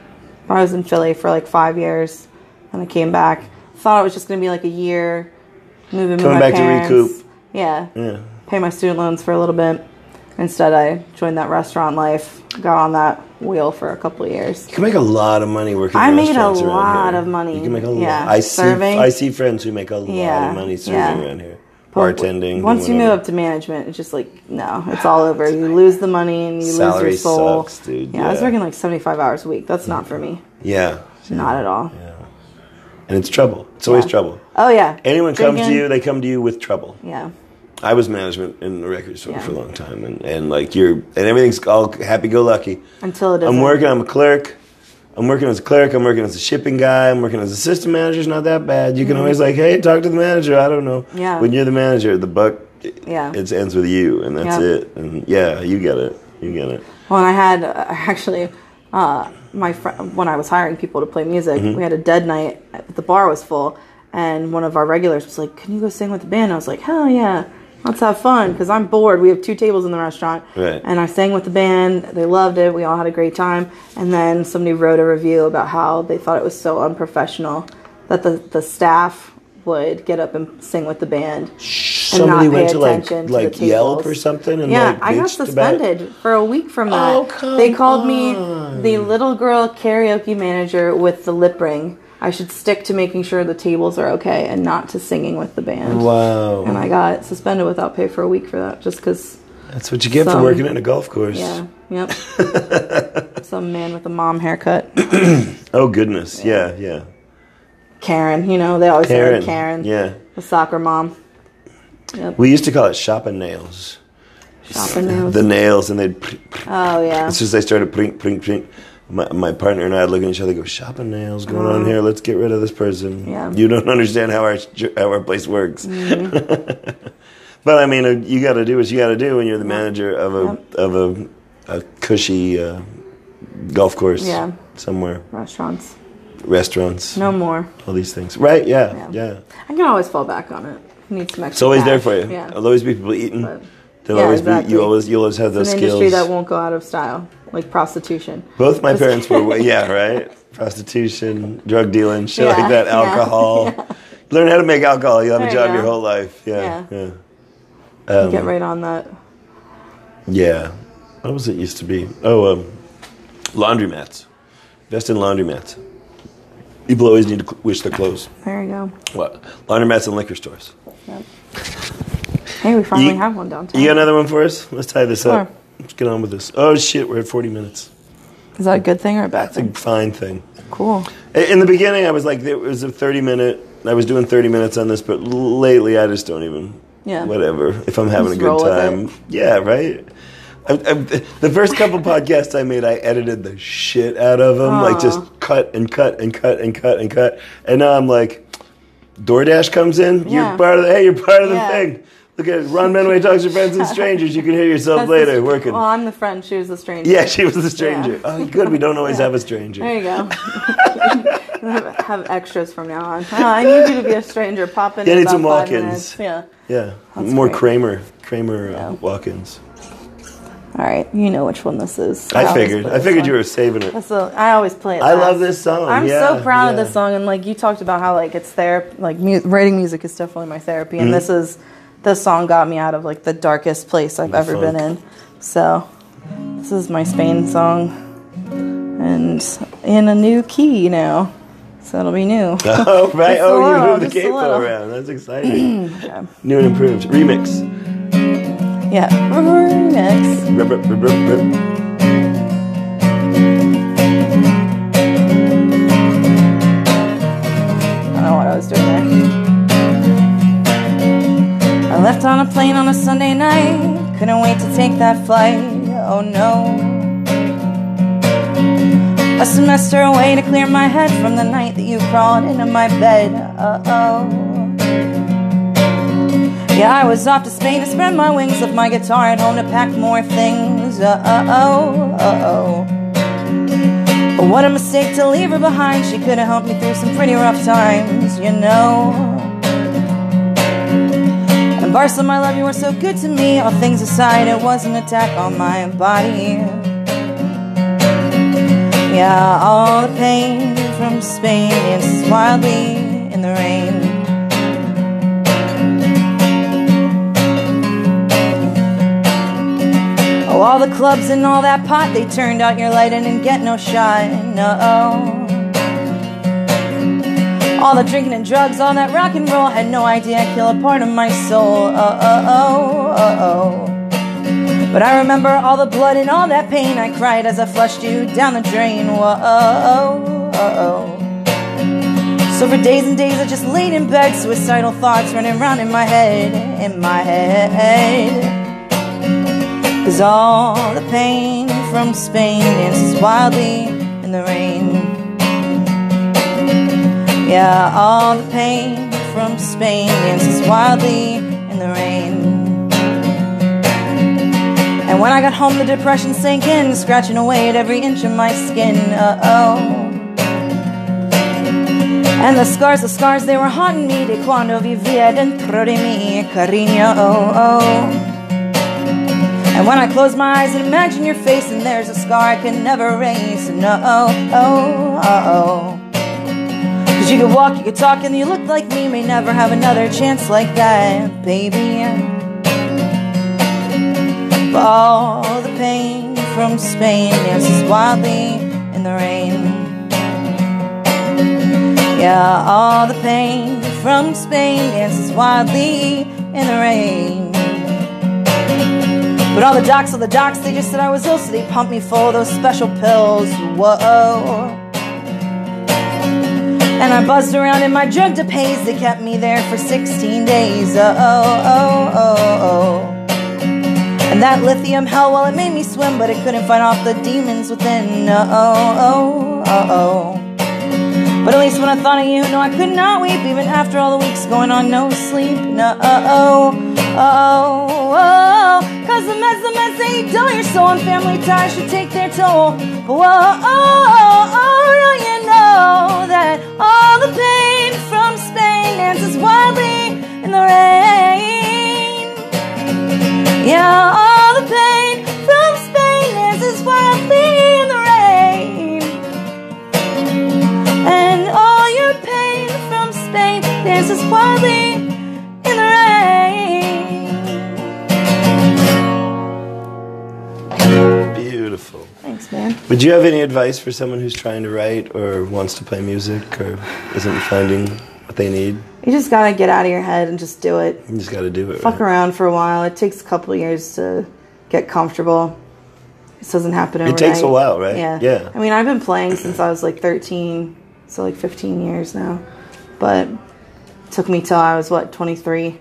[SPEAKER 2] I was in Philly for like five years, and I came back. Thought it was just gonna be like a year, moving with
[SPEAKER 1] Coming
[SPEAKER 2] my
[SPEAKER 1] back to
[SPEAKER 2] parents.
[SPEAKER 1] recoup.
[SPEAKER 2] Yeah,
[SPEAKER 1] Yeah.
[SPEAKER 2] pay my student loans for a little bit. Instead, I joined that restaurant life. Got on that wheel for a couple of years.
[SPEAKER 1] You can make a lot of money working.
[SPEAKER 2] I
[SPEAKER 1] in
[SPEAKER 2] made a
[SPEAKER 1] restaurants around
[SPEAKER 2] lot
[SPEAKER 1] here.
[SPEAKER 2] of money.
[SPEAKER 1] You can make a
[SPEAKER 2] Yeah.
[SPEAKER 1] lot. I
[SPEAKER 2] Serving.
[SPEAKER 1] see. I see friends who make a lot
[SPEAKER 2] Yeah,
[SPEAKER 1] of money serving
[SPEAKER 2] yeah.
[SPEAKER 1] around here,
[SPEAKER 2] But
[SPEAKER 1] bartending.
[SPEAKER 2] Once you
[SPEAKER 1] doing
[SPEAKER 2] move
[SPEAKER 1] whatever.
[SPEAKER 2] up to management, it's just like no, it's all over. You lose the money and you
[SPEAKER 1] Salary
[SPEAKER 2] lose your soul.
[SPEAKER 1] sucks, dude.
[SPEAKER 2] Yeah, I
[SPEAKER 1] Yeah.
[SPEAKER 2] was
[SPEAKER 1] Mm.
[SPEAKER 2] working like seventy-five hours a week. That's not for me.
[SPEAKER 1] yeah,
[SPEAKER 2] Not at all.
[SPEAKER 1] and it's trouble. It's always
[SPEAKER 2] Yeah.
[SPEAKER 1] trouble.
[SPEAKER 2] Oh yeah.
[SPEAKER 1] Anyone comes to
[SPEAKER 2] Drinking.
[SPEAKER 1] you, they come to you with trouble.
[SPEAKER 2] Yeah.
[SPEAKER 1] I was management in the record store
[SPEAKER 2] Yeah.
[SPEAKER 1] for a long time, and, and like you're, and everything's all happy-go-lucky.
[SPEAKER 2] Until it is.
[SPEAKER 1] I'm working. I'm a clerk. I'm working as a clerk. I'm working as a shipping guy. I'm working as a system manager. It's not that bad. You can always like, hey, talk to the manager. I don't know.
[SPEAKER 2] Mm-hmm. Yeah.
[SPEAKER 1] When you're the manager, the buck,
[SPEAKER 2] Yeah.
[SPEAKER 1] it ends with you, and that's
[SPEAKER 2] Yeah.
[SPEAKER 1] it. And yeah, you get it. You get it.
[SPEAKER 2] Well, and I had uh, actually uh, my fr- when I was hiring people to play music, we had a dead night. The bar was full, and one of our regulars was like, "Can you go sing with the band?" I was like, "Hell yeah." Let's have fun because I'm bored. We have two tables in the restaurant,
[SPEAKER 1] Right.
[SPEAKER 2] and I sang with the band. They loved it. We all had a great time. And then somebody wrote a review about how they thought it was so unprofessional that the, the staff would get up and sing with the band.
[SPEAKER 1] Somebody
[SPEAKER 2] pay
[SPEAKER 1] went to like
[SPEAKER 2] attention to
[SPEAKER 1] like
[SPEAKER 2] the
[SPEAKER 1] Yelp or
[SPEAKER 2] tables.
[SPEAKER 1] something, and
[SPEAKER 2] Yeah,
[SPEAKER 1] like,
[SPEAKER 2] I got
[SPEAKER 1] bitched about it.
[SPEAKER 2] suspended for a week from that.
[SPEAKER 1] Oh, come
[SPEAKER 2] they called
[SPEAKER 1] on.
[SPEAKER 2] me the little girl karaoke manager with the lip ring. I should stick to making sure the tables are okay and not to singing with the band.
[SPEAKER 1] Wow.
[SPEAKER 2] And I got suspended without pay for a week for that just because,
[SPEAKER 1] That's what you get for
[SPEAKER 2] Some-
[SPEAKER 1] working in a golf course.
[SPEAKER 2] yeah, yep. Some man with a mom haircut.
[SPEAKER 1] Oh goodness. Yeah. Yeah.
[SPEAKER 2] Karen, you know, they always
[SPEAKER 1] Karen.
[SPEAKER 2] say Karen.
[SPEAKER 1] Yeah.
[SPEAKER 2] The soccer mom. Yep.
[SPEAKER 1] We used to call it shopping nails.
[SPEAKER 2] Shopping nails.
[SPEAKER 1] The nails, and they'd. pr- pr-
[SPEAKER 2] oh, yeah.
[SPEAKER 1] As soon as I started prink, prink, prink, my, my partner and I would look at each other and go, shopping nails going on here. Let's get rid of this person.
[SPEAKER 2] Uh-huh. Yeah.
[SPEAKER 1] You don't understand how our, how our place works.
[SPEAKER 2] Mm-hmm.
[SPEAKER 1] but I mean, uh, you got to do what you got to do when you're the manager of a, of a, a cushy uh, golf course
[SPEAKER 2] Yeah.
[SPEAKER 1] somewhere,
[SPEAKER 2] Restaurants.
[SPEAKER 1] restaurants,
[SPEAKER 2] No more.
[SPEAKER 1] all these things. Right? Yeah. Yeah.
[SPEAKER 2] Yeah. I can always fall back on it. Need some extra.
[SPEAKER 1] It's always there
[SPEAKER 2] cash.
[SPEAKER 1] for you.
[SPEAKER 2] Yeah.
[SPEAKER 1] There'll always be people eating.
[SPEAKER 2] But-
[SPEAKER 1] There'll
[SPEAKER 2] Yeah,
[SPEAKER 1] always be,
[SPEAKER 2] exactly.
[SPEAKER 1] you always, you'll always have those
[SPEAKER 2] an
[SPEAKER 1] skills.
[SPEAKER 2] industry that won't go out of style, like prostitution.
[SPEAKER 1] Both my
[SPEAKER 2] Just
[SPEAKER 1] parents were, yeah, right? Prostitution, drug dealing, shit
[SPEAKER 2] Yeah,
[SPEAKER 1] like that,
[SPEAKER 2] yeah,
[SPEAKER 1] alcohol. Learn how to make alcohol, you'll have a
[SPEAKER 2] There you
[SPEAKER 1] job your
[SPEAKER 2] go.
[SPEAKER 1] whole life. Yeah, yeah. Um,
[SPEAKER 2] Get right on that.
[SPEAKER 1] Yeah. What was it used to be? Oh, um, laundromats. Invest in laundromats. People always need to cl- wish they're closed.
[SPEAKER 2] There you go.
[SPEAKER 1] What? Laundromats and liquor stores.
[SPEAKER 2] Yep. Hey, we finally
[SPEAKER 1] You-
[SPEAKER 2] have one downtown.
[SPEAKER 1] You got another one for us? Let's tie this up.
[SPEAKER 2] Sure.
[SPEAKER 1] Let's get on with this. Oh, shit, we're at 40 minutes.
[SPEAKER 2] Is that a good thing or a bad
[SPEAKER 1] That's a
[SPEAKER 2] thing?
[SPEAKER 1] fine thing.
[SPEAKER 2] Cool.
[SPEAKER 1] In the beginning, I was like, it was a 30 minute, I was doing 30 minutes on this, but lately I just don't even,
[SPEAKER 2] Yeah.
[SPEAKER 1] whatever. If I'm having
[SPEAKER 2] Just
[SPEAKER 1] a good
[SPEAKER 2] roll with
[SPEAKER 1] time,
[SPEAKER 2] it.
[SPEAKER 1] yeah, right. I, I, the first couple podcasts I made, I edited the shit out of them, like just cut and cut and cut and cut and cut. And now I'm like, DoorDash comes in.
[SPEAKER 2] Yeah.
[SPEAKER 1] You're part of the. Hey, you're part of
[SPEAKER 2] Yeah.
[SPEAKER 1] the thing. Look at it. Ron Menway talks to friends and strangers. You can hear yourself
[SPEAKER 2] That's
[SPEAKER 1] later
[SPEAKER 2] the-
[SPEAKER 1] working.
[SPEAKER 2] Well, I'm the friend. She was the stranger.
[SPEAKER 1] yeah, she was the stranger. Oh, good. We don't always
[SPEAKER 2] Yeah.
[SPEAKER 1] have a stranger.
[SPEAKER 2] There you go. have, have extras from now on. Oh, I need you to be a stranger. Pop in.
[SPEAKER 1] Yeah,
[SPEAKER 2] in
[SPEAKER 1] need
[SPEAKER 2] about
[SPEAKER 1] some
[SPEAKER 2] five
[SPEAKER 1] walk-ins.
[SPEAKER 2] minutes. Yeah.
[SPEAKER 1] Yeah, more
[SPEAKER 2] great.
[SPEAKER 1] Kramer, Kramer
[SPEAKER 2] Yeah.
[SPEAKER 1] uh, Walk-ins.
[SPEAKER 2] All right, you know which one this is.
[SPEAKER 1] I
[SPEAKER 2] always
[SPEAKER 1] figured.
[SPEAKER 2] play
[SPEAKER 1] I
[SPEAKER 2] this
[SPEAKER 1] figured
[SPEAKER 2] one.
[SPEAKER 1] you were saving it.
[SPEAKER 2] That's the- I always play it.
[SPEAKER 1] I love
[SPEAKER 2] last.
[SPEAKER 1] this song.
[SPEAKER 2] I'm
[SPEAKER 1] yeah,
[SPEAKER 2] so proud of
[SPEAKER 1] yeah.
[SPEAKER 2] this song, and like you talked about how like it's therapy. Like mu- writing music is definitely my therapy,
[SPEAKER 1] Mm-hmm.
[SPEAKER 2] and this is this song got me out of like the darkest place I've ever
[SPEAKER 1] funk.
[SPEAKER 2] been in. So this is my Spain song, and in a new key now, so it'll be new.
[SPEAKER 1] Oh right!
[SPEAKER 2] Just a
[SPEAKER 1] Oh,
[SPEAKER 2] little,
[SPEAKER 1] you moved the
[SPEAKER 2] just a
[SPEAKER 1] capo
[SPEAKER 2] little.
[SPEAKER 1] around. That's exciting. New and improved remix.
[SPEAKER 2] yeah, remix.
[SPEAKER 1] Rub, rub, rub, rub, rub.
[SPEAKER 2] I don't know what I was doing there. I left on a plane on a Sunday night. Couldn't wait to take that flight. Oh no. A semester away to clear my head from the night that you crawled into my bed. Uh oh. Yeah, I was off to Spain to spread my wings, left my guitar at home to pack more things. Uh oh, uh oh. But what a mistake to leave her behind. She could have helped me through some pretty rough times, you know. And Barcelona, my love, you were so good to me. All things aside, it was an attack on my body. Yeah, all the pain from Spain dances wildly in the rain. Oh, all the clubs and all that pot, they turned out your light and didn't get no shine. No. All the drinking and drugs, all that rock and roll, had no idea I'd kill a part of my soul. Oh, oh, oh, oh, oh. But I remember all the blood and all that pain. I cried as I flushed you down the drain. Whoa, oh, oh, oh. So for days and days, I just laid in bed, suicidal thoughts running round in my head, in my head. Cause all the pain from Spain dances wildly in the rain. Yeah, all the pain from Spain dances wildly in the rain. And when I got home, the depression sank in, scratching away at every inch of my skin. Uh oh. And the scars, the scars, they were haunting me. De cuando vivía dentro de mi cariño. Oh, oh. And when I close my eyes and imagine your face, and there's a scar I can never erase. No, oh, oh, oh. Cause you could walk, you could talk, and you look like me. May never have another chance like that, baby. But all the pain from Spain dances wildly in the rain. Yeah, all the pain from Spain dances wildly in the rain. But all the docs, all the docs, they just said I was ill, so they pumped me full of those special pills. Whoa. And I buzzed around in my drug depays. They kept me there for 16 days. Oh, oh, oh, oh, oh. And that lithium hell, well, it made me swim, but it couldn't fight off the demons within. Oh, oh, oh, oh, oh. But at least when I thought of you, no, I could not weep, even after all the weeks going on, no sleep. No, oh, oh, oh. Cause the mess, the mess they dull your soul, and family ties should take their toll. But whoa, oh, oh, oh, now you know that all the pain from Spain dances wildly in the rain. Yeah, all the pain from Spain dances wildly in the rain. And all your pain from Spain dances wildly in the rain.
[SPEAKER 1] Beautiful.
[SPEAKER 2] Thanks, man.
[SPEAKER 1] Would you have any advice for someone who's trying to write or wants to play music or isn't finding what they need?
[SPEAKER 2] You just gotta get out of your head and just do it.
[SPEAKER 1] You just got to do it.
[SPEAKER 2] Fuck
[SPEAKER 1] right?
[SPEAKER 2] around for a while. It takes a couple years to get comfortable. This doesn't happen overnight.
[SPEAKER 1] It takes a while, right?
[SPEAKER 2] Yeah.
[SPEAKER 1] Yeah.
[SPEAKER 2] I mean, I've been playing since I was like 13, so like 15 years now. But it took me till I was what 23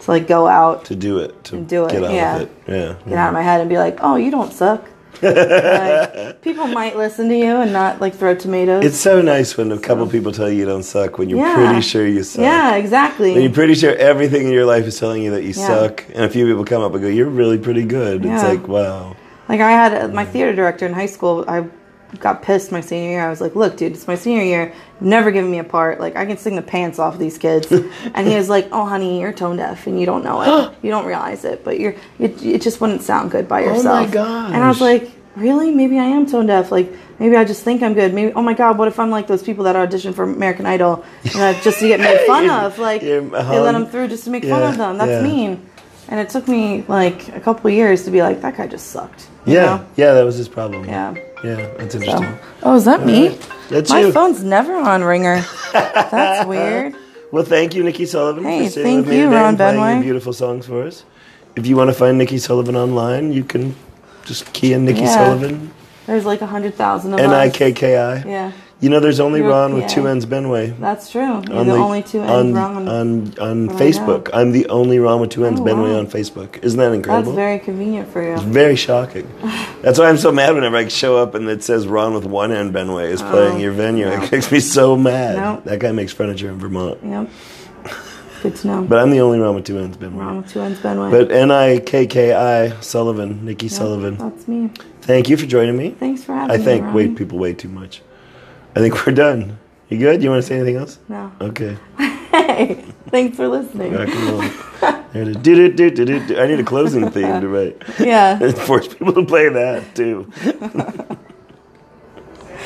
[SPEAKER 2] to like go out,
[SPEAKER 1] to do it, to
[SPEAKER 2] do it,
[SPEAKER 1] get out
[SPEAKER 2] yeah.
[SPEAKER 1] of it. Yeah.
[SPEAKER 2] get out of my head, and be like, "Oh, you don't suck." like, people might listen to you and not like throw tomatoes.
[SPEAKER 1] It's so nice when a couple people tell you you don't suck when you're
[SPEAKER 2] Yeah.
[SPEAKER 1] pretty sure you suck.
[SPEAKER 2] yeah, exactly.
[SPEAKER 1] When you're pretty sure everything in your life is telling you that you
[SPEAKER 2] Yeah.
[SPEAKER 1] suck, and a few people come up and go, "You're really pretty good." It's
[SPEAKER 2] Yeah.
[SPEAKER 1] like, wow.
[SPEAKER 2] Like I had uh, my theater director in high school. I got pissed my senior year. I was like, "Look, dude, it's my senior year. You've Never given me a part. Like I can sing the pants off these kids." and he was like, "Oh, honey, you're tone deaf and you don't know it. you don't realize it, but you're it, it just wouldn't sound good by yourself." And I
[SPEAKER 1] Oh
[SPEAKER 2] was
[SPEAKER 1] gosh.
[SPEAKER 2] like, "Really? Maybe I am tone deaf. Like maybe I just think I'm good. Maybe oh my god, what if I'm like those people that audition for American Idol you know, just to get made fun of? Like
[SPEAKER 1] you're-
[SPEAKER 2] they let
[SPEAKER 1] um,
[SPEAKER 2] them through just to make
[SPEAKER 1] yeah,
[SPEAKER 2] fun of them. That's
[SPEAKER 1] yeah.
[SPEAKER 2] mean." And it took me like a couple years to be like, that guy just sucked. you
[SPEAKER 1] Yeah,
[SPEAKER 2] know?
[SPEAKER 1] yeah, that was his problem.
[SPEAKER 2] Yeah.
[SPEAKER 1] yeah, that's
[SPEAKER 2] So-
[SPEAKER 1] interesting.
[SPEAKER 2] Oh, is that me?
[SPEAKER 1] That's
[SPEAKER 2] My
[SPEAKER 1] you.
[SPEAKER 2] phone's never on ringer. That's weird.
[SPEAKER 1] Well, thank you, Nikki Sullivan,
[SPEAKER 2] Hey,
[SPEAKER 1] for sitting
[SPEAKER 2] thank
[SPEAKER 1] with me
[SPEAKER 2] you,
[SPEAKER 1] today
[SPEAKER 2] Ron
[SPEAKER 1] and playing
[SPEAKER 2] Benway.
[SPEAKER 1] your beautiful songs for us. If you want to find Nikki Sullivan online, you can just key in Nikki
[SPEAKER 2] Yeah.
[SPEAKER 1] Sullivan,
[SPEAKER 2] There's like a hundred thousand of
[SPEAKER 1] N I
[SPEAKER 2] us.
[SPEAKER 1] K K I.
[SPEAKER 2] Yeah,
[SPEAKER 1] You know, there's only
[SPEAKER 2] You're-
[SPEAKER 1] Ron with
[SPEAKER 2] yeah.
[SPEAKER 1] two N's Benway.
[SPEAKER 2] that's true. You're the, only two
[SPEAKER 1] on,
[SPEAKER 2] ends wrong. On,
[SPEAKER 1] on, on
[SPEAKER 2] Right
[SPEAKER 1] Facebook. I'm the only Ron with two ends
[SPEAKER 2] Oh,
[SPEAKER 1] Benway
[SPEAKER 2] wow.
[SPEAKER 1] on Facebook. Isn't that
[SPEAKER 2] that's
[SPEAKER 1] incredible?
[SPEAKER 2] very convenient for you.
[SPEAKER 1] Very shocking. That's why I'm so mad whenever I show up and it says Ron with one N Benway is playing your venue. It makes me so mad.
[SPEAKER 2] No.
[SPEAKER 1] That guy makes furniture in Vermont.
[SPEAKER 2] Yep. Good to know.
[SPEAKER 1] But I'm the only Ron with two N's Benway.
[SPEAKER 2] wrong with two ends Benway.
[SPEAKER 1] But N I K K I Sullivan, Nikki Sullivan.
[SPEAKER 2] that's me.
[SPEAKER 1] Thank you for joining me.
[SPEAKER 2] Thanks for having
[SPEAKER 1] I
[SPEAKER 2] me.
[SPEAKER 1] thank
[SPEAKER 2] Ron.
[SPEAKER 1] wait people way too much. I think we're done. You good? You want to say anything else?
[SPEAKER 2] No.
[SPEAKER 1] Okay.
[SPEAKER 2] Hey, thanks for listening.
[SPEAKER 1] Rock and roll. There it is. Do-do-do-do-do-do. I need a closing theme to write.
[SPEAKER 2] Yeah.
[SPEAKER 1] Force people to play that too.